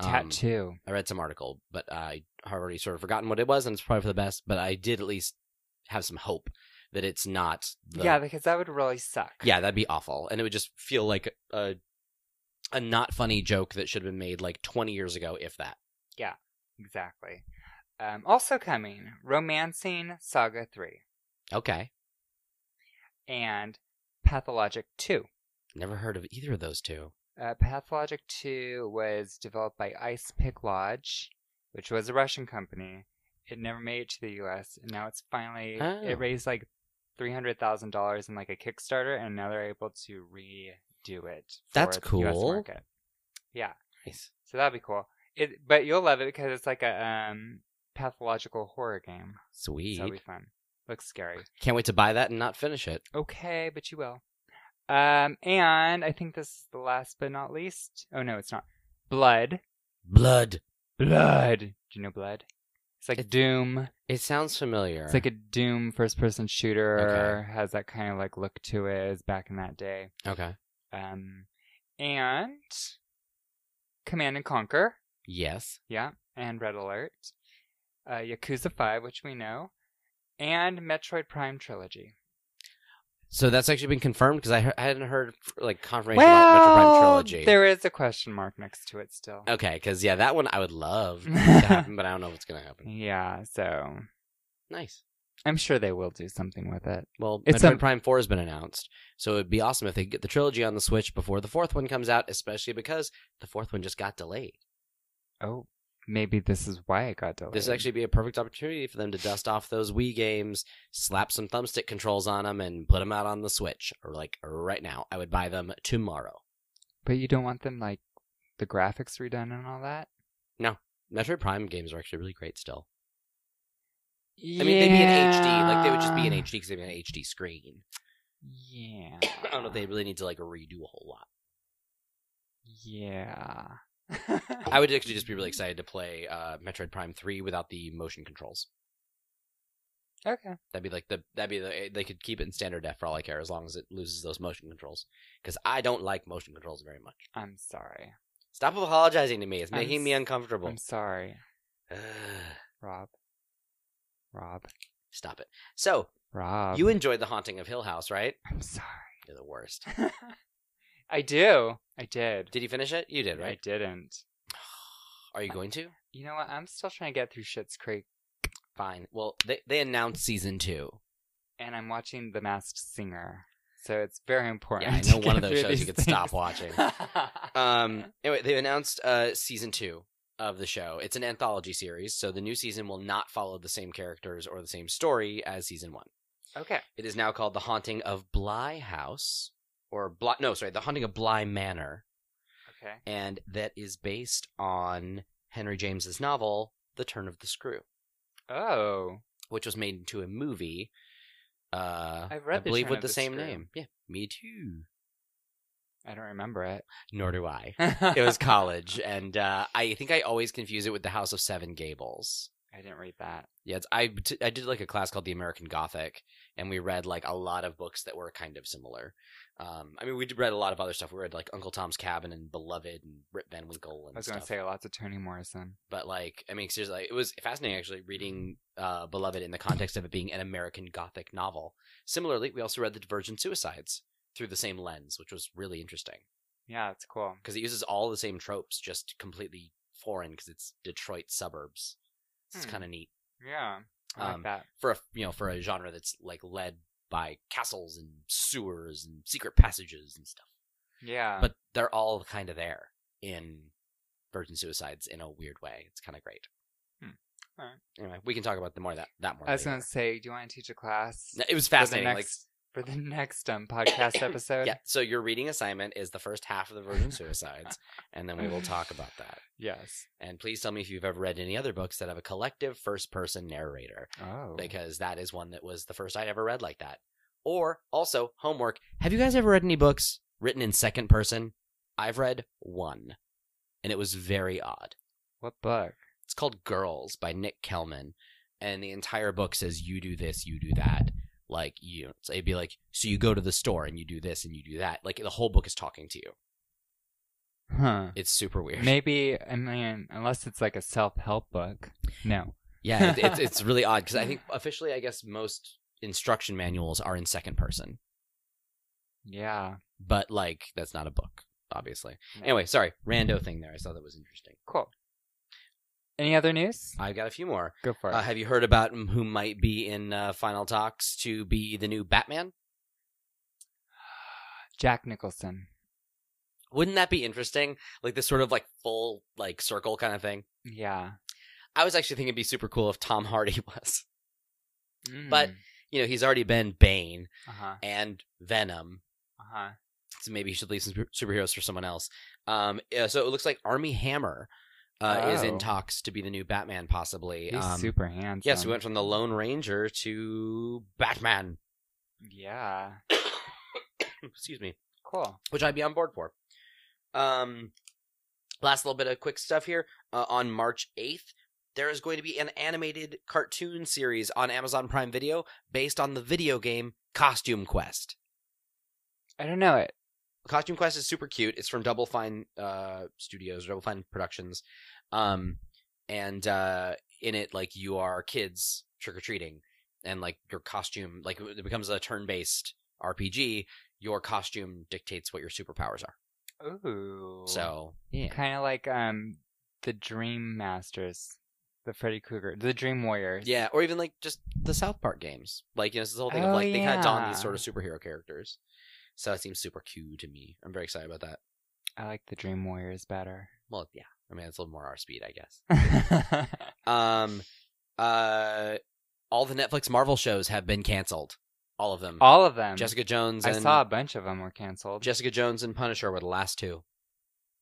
Speaker 1: A
Speaker 2: Um,
Speaker 1: tattoo.
Speaker 2: I read some article, but I have already sort of forgotten what it was, and it's probably for the best. But I did at least have some hope that it's not. The,
Speaker 1: yeah, because that would really suck.
Speaker 2: yeah, that'd be awful, and it would just feel like a a not funny joke that should have been made like 20 years ago, if that.
Speaker 1: exactly. Um, also coming, Romancing Saga Three
Speaker 2: Okay,
Speaker 1: and Pathologic Two.
Speaker 2: never heard of either of those two.
Speaker 1: Uh, Pathologic 2 was developed by Ice Pick Lodge, which was a Russian company. It never made it to the US, and now it's finally.
Speaker 2: Oh.
Speaker 1: It raised like $300,000 in like a Kickstarter, and now they're able to redo it. For
Speaker 2: That's
Speaker 1: the US
Speaker 2: cool.
Speaker 1: market. Yeah,
Speaker 2: Nice.
Speaker 1: so that'd be cool. It, but you'll love it because it's like a um, pathological horror game. So
Speaker 2: Sweet.
Speaker 1: that'll be fun. Looks scary.
Speaker 2: Can't wait to buy that and not finish it.
Speaker 1: Okay, but you will. Um, and I think this is the last but not least. Oh no, it's not. Blood.
Speaker 2: Blood.
Speaker 1: Blood. Do you know Blood? It's like
Speaker 2: It's-
Speaker 1: Doom.
Speaker 2: It sounds familiar.
Speaker 1: It's like a Doom first-person shooter. Has that kind of like look to it. Is back in that day.
Speaker 2: okay.
Speaker 1: Um, and Command and Conquer.
Speaker 2: Yes.
Speaker 1: Yeah, and Red Alert. Uh, Yakuza Five, which we know, and Metroid Prime trilogy.
Speaker 2: So that's actually been confirmed because I, he- I hadn't heard like confirmation about Metro Prime
Speaker 1: Well,
Speaker 2: trilogy.
Speaker 1: there is a question mark next to it still.
Speaker 2: Okay, because yeah, that one I would love to happen, but I don't know if it's gonna happen.
Speaker 1: Yeah, so
Speaker 2: Nice.
Speaker 1: I'm sure they will do something with it.
Speaker 2: Well,
Speaker 1: It's
Speaker 2: Metroid
Speaker 1: a-
Speaker 2: Prime Four has been announced, so it'd be awesome if they get the trilogy on the Switch before the fourth one comes out, especially because the fourth one just got delayed.
Speaker 1: Oh, maybe this is why it got delayed.
Speaker 2: This would actually be a perfect opportunity for them to dust off those Wii games, slap some thumbstick controls on them, and put them out on the Switch, or like right now. I would buy them tomorrow.
Speaker 1: But you don't want them like the graphics redone and all that.
Speaker 2: Metroid Prime games are actually really great still.
Speaker 1: Yeah.
Speaker 2: I mean, they'd be in HD. Like they would just be in HD because they'd be an HD screen.
Speaker 1: Yeah.
Speaker 2: I don't know if they really need to like redo a whole lot.
Speaker 1: Yeah.
Speaker 2: I would actually just be really excited to play uh, Metroid Prime Three without the motion controls.
Speaker 1: Okay.
Speaker 2: That'd be like the that'd be the eh, they could keep it in standard def for all I care as long as it loses those motion controls because I don't like motion controls very much.
Speaker 1: I'm sorry.
Speaker 2: Stop apologizing to me. It's
Speaker 1: I'm
Speaker 2: making
Speaker 1: s-
Speaker 2: me uncomfortable.
Speaker 1: I'm sorry,
Speaker 2: Ugh,
Speaker 1: Rob. Rob.
Speaker 2: Stop it. So
Speaker 1: Rob.
Speaker 2: you enjoyed the Haunting of Hill House, right?
Speaker 1: I'm sorry.
Speaker 2: You're the worst.
Speaker 1: I do. I did.
Speaker 2: Did you finish it? You did,
Speaker 1: I
Speaker 2: right?
Speaker 1: didn't.
Speaker 2: Are you going to?
Speaker 1: You know what? I'm still trying to get through Shit's Creek,
Speaker 2: Fine. Well, they they announced season two.
Speaker 1: and I'm watching The Masked Singer, so it's very important.
Speaker 2: Yeah, I
Speaker 1: to
Speaker 2: know one of
Speaker 1: get
Speaker 2: those
Speaker 1: through
Speaker 2: shows you
Speaker 1: these
Speaker 2: could stop
Speaker 1: things.
Speaker 2: watching. Um. Anyway, they announced uh season two. of the show. It's an anthology series, so the new season will not follow the same characters or the same story as season one.
Speaker 1: Okay.
Speaker 2: It is now called The Haunting of Bly House, or Bly, no, sorry, The Haunting of Bly Manor,
Speaker 1: Okay.
Speaker 2: and that is based on Henry James's novel The Turn of the Screw,
Speaker 1: Oh.
Speaker 2: which was made into a movie. Uh,
Speaker 1: I've read
Speaker 2: I
Speaker 1: The
Speaker 2: believe
Speaker 1: Turn
Speaker 2: with
Speaker 1: of
Speaker 2: the,
Speaker 1: the
Speaker 2: same
Speaker 1: Screw.
Speaker 2: name. Yeah, me too.
Speaker 1: I don't remember it.
Speaker 2: Nor do I. it
Speaker 1: it
Speaker 2: was college, and uh, I think I always confuse it with The House of Seven Gables.
Speaker 1: I didn't read that.
Speaker 2: Yeah, it's, I t- I did like a class called the American Gothic, and we read like a lot of books that were kind of similar. Um, I mean, we did read a lot of other stuff. We read like Uncle Tom's Cabin and Beloved and Rip Van Winkle and
Speaker 1: I was
Speaker 2: stuff.
Speaker 1: gonna say lots of Tony Morrison.
Speaker 2: But like, I mean, seriously, like, it was fascinating actually reading uh, Beloved in the context of it being an American Gothic novel. Similarly, we also read The Divergent Suicides through the same lens, which was really interesting
Speaker 1: Yeah, it's cool.
Speaker 2: because it uses all the same tropes, just completely foreign because it's Detroit suburbs. It's
Speaker 1: Hmm.
Speaker 2: kind of neat.
Speaker 1: Yeah, I like
Speaker 2: Um,
Speaker 1: that.
Speaker 2: for a you know for a genre that's like led by castles and sewers and secret passages and stuff.
Speaker 1: Yeah,
Speaker 2: But they're all kind of there in Virgin Suicides in a weird way. It's kind of great.
Speaker 1: Hmm. Alright.
Speaker 2: Anyway, we can talk about the more that that more.
Speaker 1: I was
Speaker 2: later.
Speaker 1: gonna say, do you want to teach a class
Speaker 2: No, It was
Speaker 1: for the
Speaker 2: fascinating. like,
Speaker 1: next for the next um podcast episode?
Speaker 2: yeah. So your reading assignment is the first half of the Virgin Suicides, and then we will talk about that.
Speaker 1: Yes.
Speaker 2: And please tell me if you've ever read any other books that have a collective first-person narrator.
Speaker 1: Oh.
Speaker 2: because that is one that was the first I ever read like that. Or also homework. Have you guys ever read any books written in second person? I've read one, and it was very odd.
Speaker 1: what book?
Speaker 2: It's called Girls by Nick Kelman, and the entire book says you do this, you do that. Like you, so it'd be like so you go to the store and you do this and you do that. Like the whole book is talking to you.
Speaker 1: Huh.
Speaker 2: It's super weird.
Speaker 1: Maybe I mean, unless it's like a self help book. No.
Speaker 2: Yeah, it, it's it's really odd because I think officially, I guess most instruction manuals are in second person.
Speaker 1: Yeah.
Speaker 2: but like that's not a book obviously
Speaker 1: No.
Speaker 2: anyway sorry rando thing there i thought that was interesting
Speaker 1: Cool. Any other news?
Speaker 2: i've got a few more
Speaker 1: Go for it.
Speaker 2: uh, have you heard about m- who might be in uh, final talks to be the new batman
Speaker 1: Jack Nicholson.
Speaker 2: wouldn't that be interesting like this sort of like full like circle kind of thing
Speaker 1: Yeah.
Speaker 2: i was actually thinking it'd be super cool if tom hardy was But-
Speaker 1: Mm.
Speaker 2: you know he's already been bane
Speaker 1: uh-huh.
Speaker 2: and venom
Speaker 1: Uh-huh.
Speaker 2: so maybe he should leave some super- superheroes for someone else um yeah, so it looks like army hammer uh, is
Speaker 1: Oh.
Speaker 2: in talks to be the new batman possibly
Speaker 1: He's
Speaker 2: um,
Speaker 1: super handsome.
Speaker 2: Yes, we went from the Lone Ranger to Batman.
Speaker 1: Yeah.
Speaker 2: Excuse me,
Speaker 1: Cool.
Speaker 2: which I'd be on board for. Um, last little bit of quick stuff here. Uh, on March eighth, there is going to be an animated cartoon series on Amazon Prime Video based on the video game Costume Quest.
Speaker 1: I don't know it.
Speaker 2: Costume Quest is super cute. It's from Double Fine uh, Studios, Double Fine Productions, um, and uh, in it, like you are kids trick or treating, and like your costume, like it becomes a turn-based RPG. Your costume dictates what your superpowers are.
Speaker 1: Ooh.
Speaker 2: So yeah,
Speaker 1: kind of like um the Dream Masters, the Freddy Krueger, the Dream Warriors.
Speaker 2: yeah, or even like just the South Park games. Like you know, it's this whole thing of
Speaker 1: Oh,
Speaker 2: like they kind of don these
Speaker 1: yeah.
Speaker 2: sort of superhero characters. So that seems super cute to me. I'm very excited about that.
Speaker 1: I like the Dream Warriors better.
Speaker 2: Well, yeah, I mean it's a little more our speed, I guess.
Speaker 1: oh
Speaker 2: Um, uh, all the Netflix Marvel shows have been canceled. All of them.
Speaker 1: All of them.
Speaker 2: Jessica Jones.
Speaker 1: I
Speaker 2: and,
Speaker 1: saw a bunch of them were canceled.
Speaker 2: Jessica Jones and Punisher were the last two,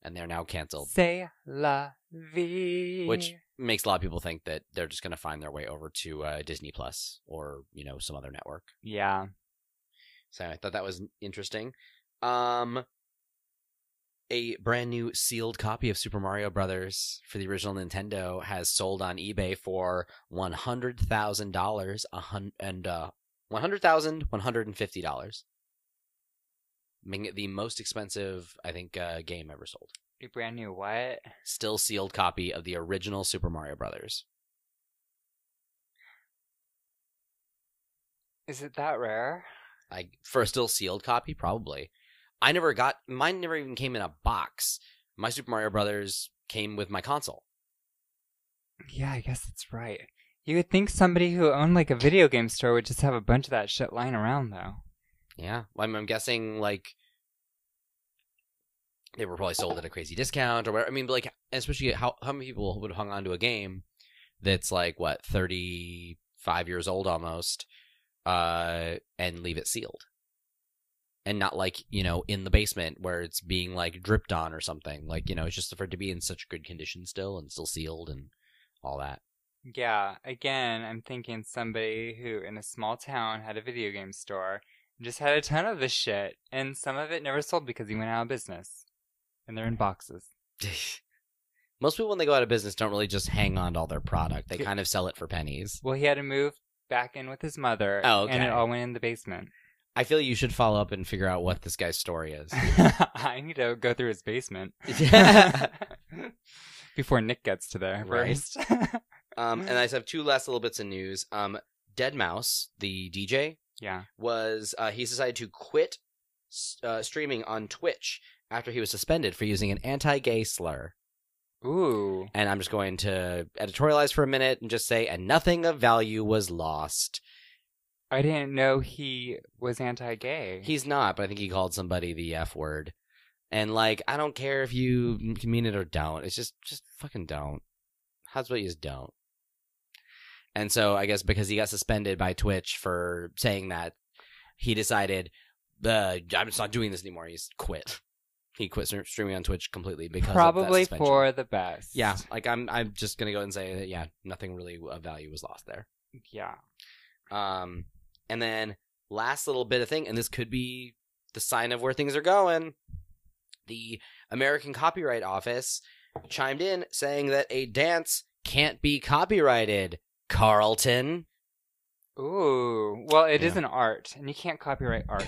Speaker 2: and they're now canceled,
Speaker 1: Say la vie.
Speaker 2: which makes a lot of people think that they're just going to find their way over to uh, Disney Plus or you know some other network.
Speaker 1: Yeah.
Speaker 2: So I thought that was interesting. Um, a brand new sealed copy of Super Mario Brothers for the original Nintendo has sold on eBay for one hundred thousand dollars, a hun and uh, one hundred thousand one hundred and fifty dollars, making it the most expensive I think uh, game ever sold.
Speaker 1: A brand new what?
Speaker 2: Still sealed copy of the original Super Mario Brothers.
Speaker 1: Is it that rare?
Speaker 2: I for a still sealed copy, probably. I never got mine. Never even came in a box. My Super Mario Brothers came with my console.
Speaker 1: Yeah, I guess that's right. You would think somebody who owned like a video game store would just have a bunch of that shit lying around, though.
Speaker 2: Yeah, I'm, I'm guessing like they were probably sold at a crazy discount or whatever. I mean, but like especially how how many people would have hung on to a game that's like what thirty five years old almost, uh, and leave it sealed, and not like you know in the basement where it's being like dripped on or something. Like you know, it's just for it to be in such good condition still and still sealed and all that.
Speaker 1: Yeah, again, I'm thinking somebody who in a small town had a video game store, and just had a ton of this shit, and some of it never sold because he went out of business. And they're in boxes.
Speaker 2: Most people, when they go out of business, don't really just hang on to all their product. They
Speaker 1: Yeah.
Speaker 2: kind of sell it for pennies.
Speaker 1: Well, he had to move back in with his mother,
Speaker 2: Oh,
Speaker 1: and
Speaker 2: okay.
Speaker 1: it all went in the basement.
Speaker 2: I feel you should follow up and figure out what this guy's story is.
Speaker 1: I need to go through his basement before Nick gets to there
Speaker 2: Right.
Speaker 1: first.
Speaker 2: Um, and I just have two last little bits of news. Um, Dead Mouse, the DJ,
Speaker 1: yeah.
Speaker 2: was uh, he's decided to quit s- uh, streaming on Twitch after he was suspended for using an anti-gay slur.
Speaker 1: Ooh.
Speaker 2: And I'm just going to editorialize for a minute and just say, and nothing of value was lost.
Speaker 1: I didn't know he was anti gay.
Speaker 2: He's not, but I think he called somebody the F word. And like, I don't care if you m- mean it or don't. It's just, just fucking don't. How's about you just don't? And so I guess because he got suspended by Twitch for saying that, he decided, uh, I'm just not doing this anymore. He's quit. He quit str- streaming on Twitch completely because of that
Speaker 1: Probably
Speaker 2: suspension.
Speaker 1: for the best.
Speaker 2: yeah. Like I'm, I'm just gonna go and say that yeah, nothing really of value was lost there.
Speaker 1: Yeah.
Speaker 2: Um, and then last little bit of thing, and this could be the sign of where things are going. The American Copyright Office chimed in saying that a dance can't be copyrighted. Carlton,
Speaker 1: Ooh. Well, it is
Speaker 2: Yeah.
Speaker 1: an art, and you can't copyright art.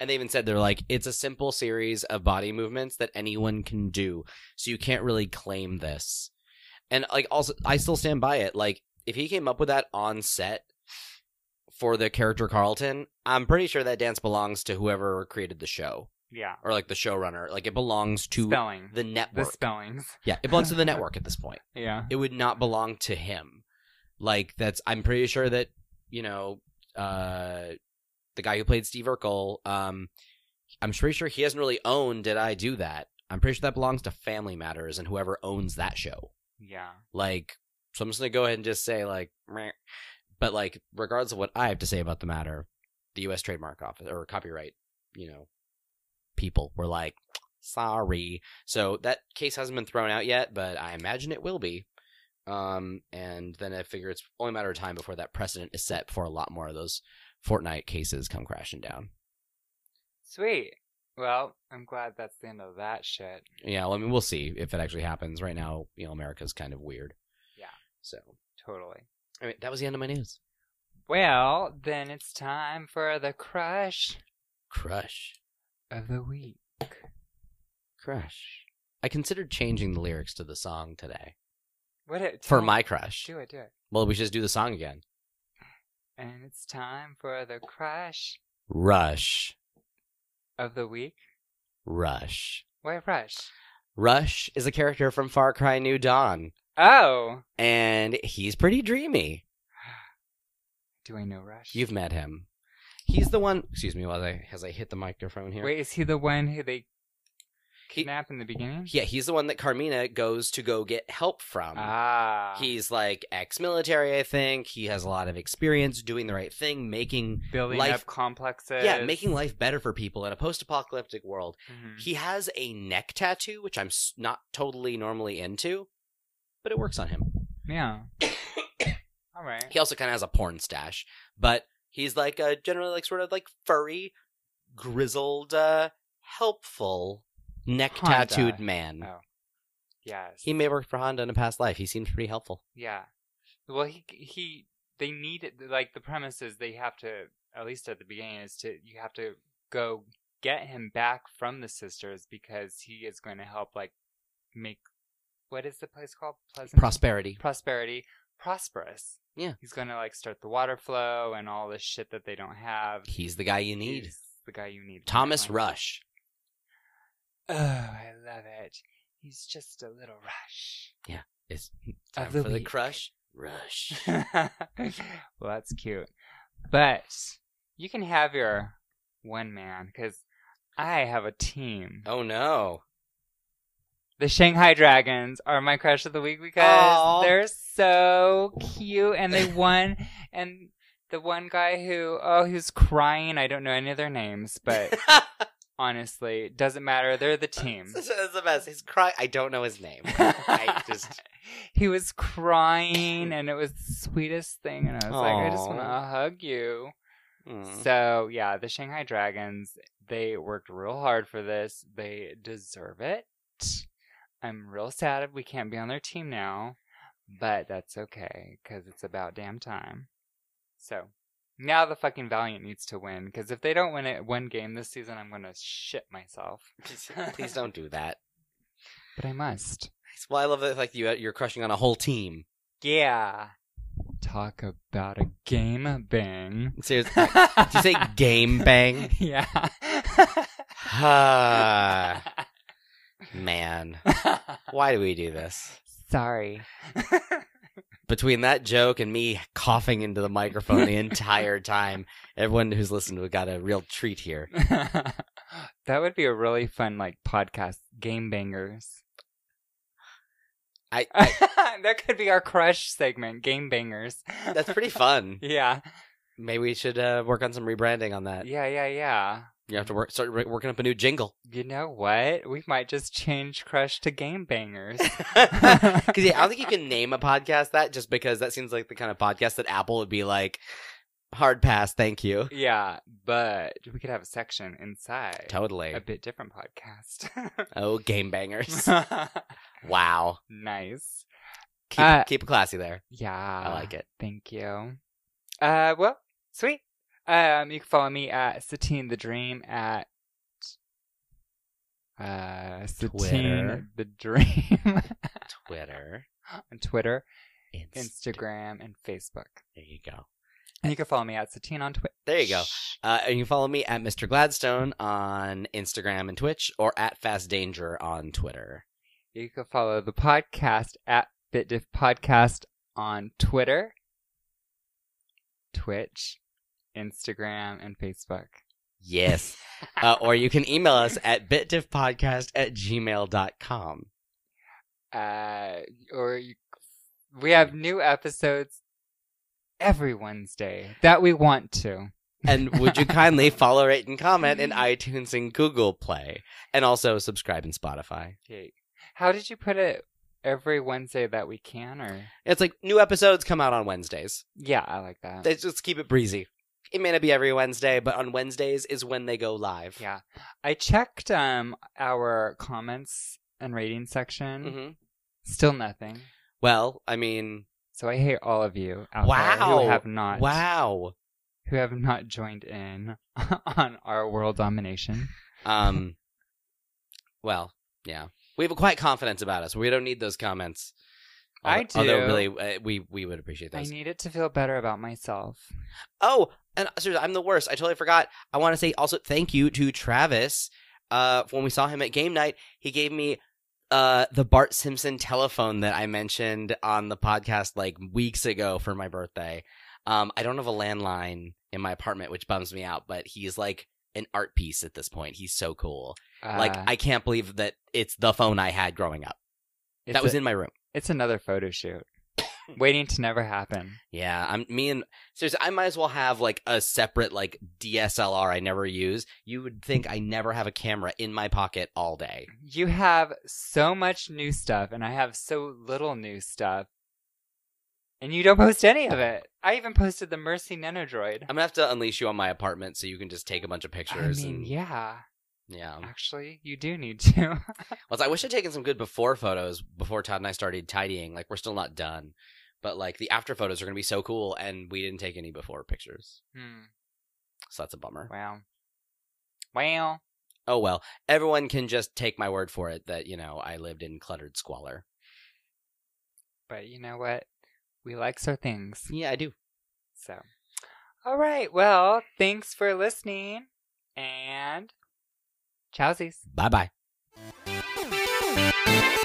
Speaker 2: and they even said they're like it's a simple series of body movements that anyone can do, so you can't really claim this. And like also, I still stand by it. Like if he came up with that on set for the character Carlton, I'm pretty sure that dance belongs to whoever created the show.
Speaker 1: Yeah.
Speaker 2: or like the showrunner. Like it belongs to
Speaker 1: Spelling.
Speaker 2: the
Speaker 1: The
Speaker 2: network.
Speaker 1: spellings.
Speaker 2: yeah, it belongs to the network at this point.
Speaker 1: Yeah.
Speaker 2: It would not belong to him. Like that's I'm pretty sure that you know uh the guy who played Steve Urkel. Um, I'm pretty sure he hasn't really owned. Did I do that? I'm pretty sure that belongs to Family Matters and whoever owns that show.
Speaker 1: Yeah.
Speaker 2: Like, so I'm just gonna go ahead and just say like, meh. but like, regardless of what I have to say about the matter, the U.S. Trademark Office or copyright, you know, people were like, sorry. So that case hasn't been thrown out yet, but I imagine it will be. Um, and then I figure it's only a matter of time before that precedent is set before a lot more of those Fortnite cases come crashing down.
Speaker 1: Sweet. Well, I'm glad that's the end of that shit.
Speaker 2: Yeah, well, I mean, we'll see if it actually happens. Right now, you know, America's kind of weird.
Speaker 1: Yeah.
Speaker 2: So,
Speaker 1: Totally.
Speaker 2: I mean, that was the end of my news.
Speaker 1: Well, then it's time for the crush
Speaker 2: Crush.
Speaker 1: of the week.
Speaker 2: crush. I considered changing the lyrics to the song today
Speaker 1: What it
Speaker 2: for
Speaker 1: tell-
Speaker 2: my crush.
Speaker 1: Do it, do it.
Speaker 2: Well, we should just do the song again.
Speaker 1: And it's time for the crush
Speaker 2: Rush,
Speaker 1: of the week.
Speaker 2: Rush.
Speaker 1: Why rush?
Speaker 2: Rush is a character from Far Cry New Dawn,
Speaker 1: Oh,
Speaker 2: and he's pretty dreamy.
Speaker 1: do I know Rush?
Speaker 2: You've met him. He's the one. Excuse me, while I as I hit the microphone here.
Speaker 1: Wait, is he the one who they
Speaker 2: He-
Speaker 1: kidnap in the beginning?
Speaker 2: Yeah, he's the one that Carmina goes to go get help from.
Speaker 1: ah,
Speaker 2: He's like ex-military, I think. He has a lot of experience doing the right thing, making
Speaker 1: building
Speaker 2: life-
Speaker 1: up complexes.
Speaker 2: yeah, making life better for people in a post-apocalyptic world.
Speaker 1: Mhm.
Speaker 2: He has a neck tattoo, which I'm s- not totally normally into, but it works on him.
Speaker 1: Yeah. All right.
Speaker 2: He also kind of has a porn stash, but he's like a generally like sort of like furry, grizzled, uh, helpful neck
Speaker 1: Honda.
Speaker 2: tattooed man.
Speaker 1: Oh. Yes.
Speaker 2: He may work for Honda in a past life. He seems pretty helpful.
Speaker 1: Yeah. Well, he he they need it like the premise is they have to at least at the beginning is to you have to go get him back from the sisters because he is going to help like make what is the place called Pleasant
Speaker 2: Prosperity.
Speaker 1: prosperity prosperous.
Speaker 2: Yeah.
Speaker 1: He's going to like start the water flow and all this shit that they don't have.
Speaker 2: He's the guy you need.
Speaker 1: He's the guy you need.
Speaker 2: Thomas
Speaker 1: apparently.
Speaker 2: Rush.
Speaker 1: Oh, I love it. He's just a little rush.
Speaker 2: It's hmm,
Speaker 1: Of
Speaker 2: time
Speaker 1: the
Speaker 2: for the
Speaker 1: week.
Speaker 2: crush. Rush.
Speaker 1: well, that's cute. But you can have your one man because I have a team.
Speaker 2: oh no.
Speaker 1: The Shanghai Dragons are my crush of the week because
Speaker 2: Aw.
Speaker 1: they're so cute and they won. And the one guy who, oh, who's crying, I don't know any of their names, but honestly, it doesn't matter. They're the team.
Speaker 2: That's the best. He's crying. I don't know his name. I just
Speaker 1: He was crying and it was the sweetest thing. And I was like, I just want to
Speaker 2: Aw.
Speaker 1: hug you.
Speaker 2: Mm.
Speaker 1: So, yeah, the Shanghai Dragons, they worked real hard for this. They deserve it. I'm real sad we can't be on their team now, but that's okay because it's about damn time. So, now the fucking Valiant needs to win because if they don't win it one game this season, I'm going to shit myself.
Speaker 2: please don't do that.
Speaker 1: But I must.
Speaker 2: Well, I love that like you uh, you're crushing on a whole team.
Speaker 1: Yeah. Talk about a game bang.
Speaker 2: Seriously, did you say game bang?
Speaker 1: yeah.
Speaker 2: Ah, man, why do we do this?
Speaker 1: Sorry.
Speaker 2: Between that joke and me coughing into the microphone the entire time, everyone who's listened got a real treat here.
Speaker 1: that would be a really fun like podcast game bangers.
Speaker 2: I-
Speaker 1: that could be our crush segment, game bangers.
Speaker 2: That's pretty fun.
Speaker 1: yeah,
Speaker 2: Maybe we should uh, work on some rebranding on that.
Speaker 1: yeah, yeah, yeah.
Speaker 2: You have to work start wor- working up a new jingle.
Speaker 1: You know what? We might just change crush to game bangers.
Speaker 2: Because yeah, I don't think you can name a podcast that just because that seems like the kind of podcast that Apple would be like, hard pass, thank you.
Speaker 1: yeah, but we could have a section inside.
Speaker 2: Totally.
Speaker 1: a bit different podcast.
Speaker 2: Oh, game bangers. wow.
Speaker 1: nice.
Speaker 2: Keep,
Speaker 1: Uh,
Speaker 2: keep it classy there.
Speaker 1: Yeah.
Speaker 2: I like it.
Speaker 1: Thank you. Uh, well, sweet. Um, you can follow me at Satine the Dream at uh Satine
Speaker 2: Twitter.
Speaker 1: the Dream
Speaker 2: Twitter,
Speaker 1: on Twitter,
Speaker 2: Inst-
Speaker 1: Instagram, and Facebook.
Speaker 2: There you go.
Speaker 1: And you can follow me at Satine on Twitter.
Speaker 2: There you go. Uh, and you can follow me at Mr. Gladstone on Instagram and Twitch, or at Fast Danger on Twitter.
Speaker 1: You can follow the podcast at BitDiff Podcast on Twitter, Twitch, Instagram, and Facebook.
Speaker 2: Yes. uh, or you can email us at bitdiffpodcast at gmail.com.
Speaker 1: uh, or you, we have new episodes every Wednesday that we want to.
Speaker 2: And would you kindly follow, rate, and comment in iTunes and Google Play, and also subscribe in Spotify.
Speaker 1: Okay. How did you put it? Every Wednesday that we can, or
Speaker 2: It's like new episodes come out on Wednesdays.
Speaker 1: yeah, I like that.
Speaker 2: Let's just keep it breezy. It may not be every Wednesday, but on Wednesdays is when they go live.
Speaker 1: Yeah. I checked um our comments and rating section.
Speaker 2: hmm
Speaker 1: Still nothing.
Speaker 2: Well, I mean,
Speaker 1: So I hate all of you out there
Speaker 2: Wow.
Speaker 1: who have not
Speaker 2: wow.
Speaker 1: who have not joined in on our world domination.
Speaker 2: Um, well, yeah, we have quite confidence about us. We don't need those comments.
Speaker 1: I
Speaker 2: Al- Although,
Speaker 1: do.
Speaker 2: really, uh, we we would appreciate
Speaker 1: I
Speaker 2: those.
Speaker 1: needed to feel better about myself.
Speaker 2: Oh, and seriously, I'm the worst. I totally forgot. I want to say also thank you to Travis. Uh, when we saw him at game night, he gave me uh the Bart Simpson telephone that I mentioned on the podcast like weeks ago for my birthday. Um, I don't have a landline in my apartment, which bums me out, but he's like an art piece at this point. He's so cool. like
Speaker 1: Uh,
Speaker 2: I can't believe that it's the phone I had growing up.
Speaker 1: it's
Speaker 2: that was
Speaker 1: a-
Speaker 2: in my room.
Speaker 1: It's another photo shoot, waiting to never happen.
Speaker 2: Yeah, I'm me and seriously, I might as well have like a separate like DSLR I never use. You would think I never have a camera in my pocket all day.
Speaker 1: You have so much new stuff, and I have so little new stuff, and you don't post any of it. I even posted the Mercy Nanodroid.
Speaker 2: I'm gonna have to unleash you on my apartment so you can just take a bunch of pictures.
Speaker 1: I mean,
Speaker 2: and, um,
Speaker 1: yeah,
Speaker 2: yeah.
Speaker 1: actually, you do need to.
Speaker 2: Well, I wish I'd taken some good before photos before Todd and I started tidying. Like we're still not done, but like the after photos are gonna be so cool, and we didn't take any before pictures,
Speaker 1: hmm.
Speaker 2: so that's a bummer.
Speaker 1: Wow. Wow.
Speaker 2: Oh well, everyone can just take my word for it that you know I lived in cluttered squalor.
Speaker 1: But you know what? We likes our things.
Speaker 2: Yeah, I do.
Speaker 1: So, all right. Well, thanks for listening, and chowsies.
Speaker 2: Bye bye.
Speaker 3: Thank you.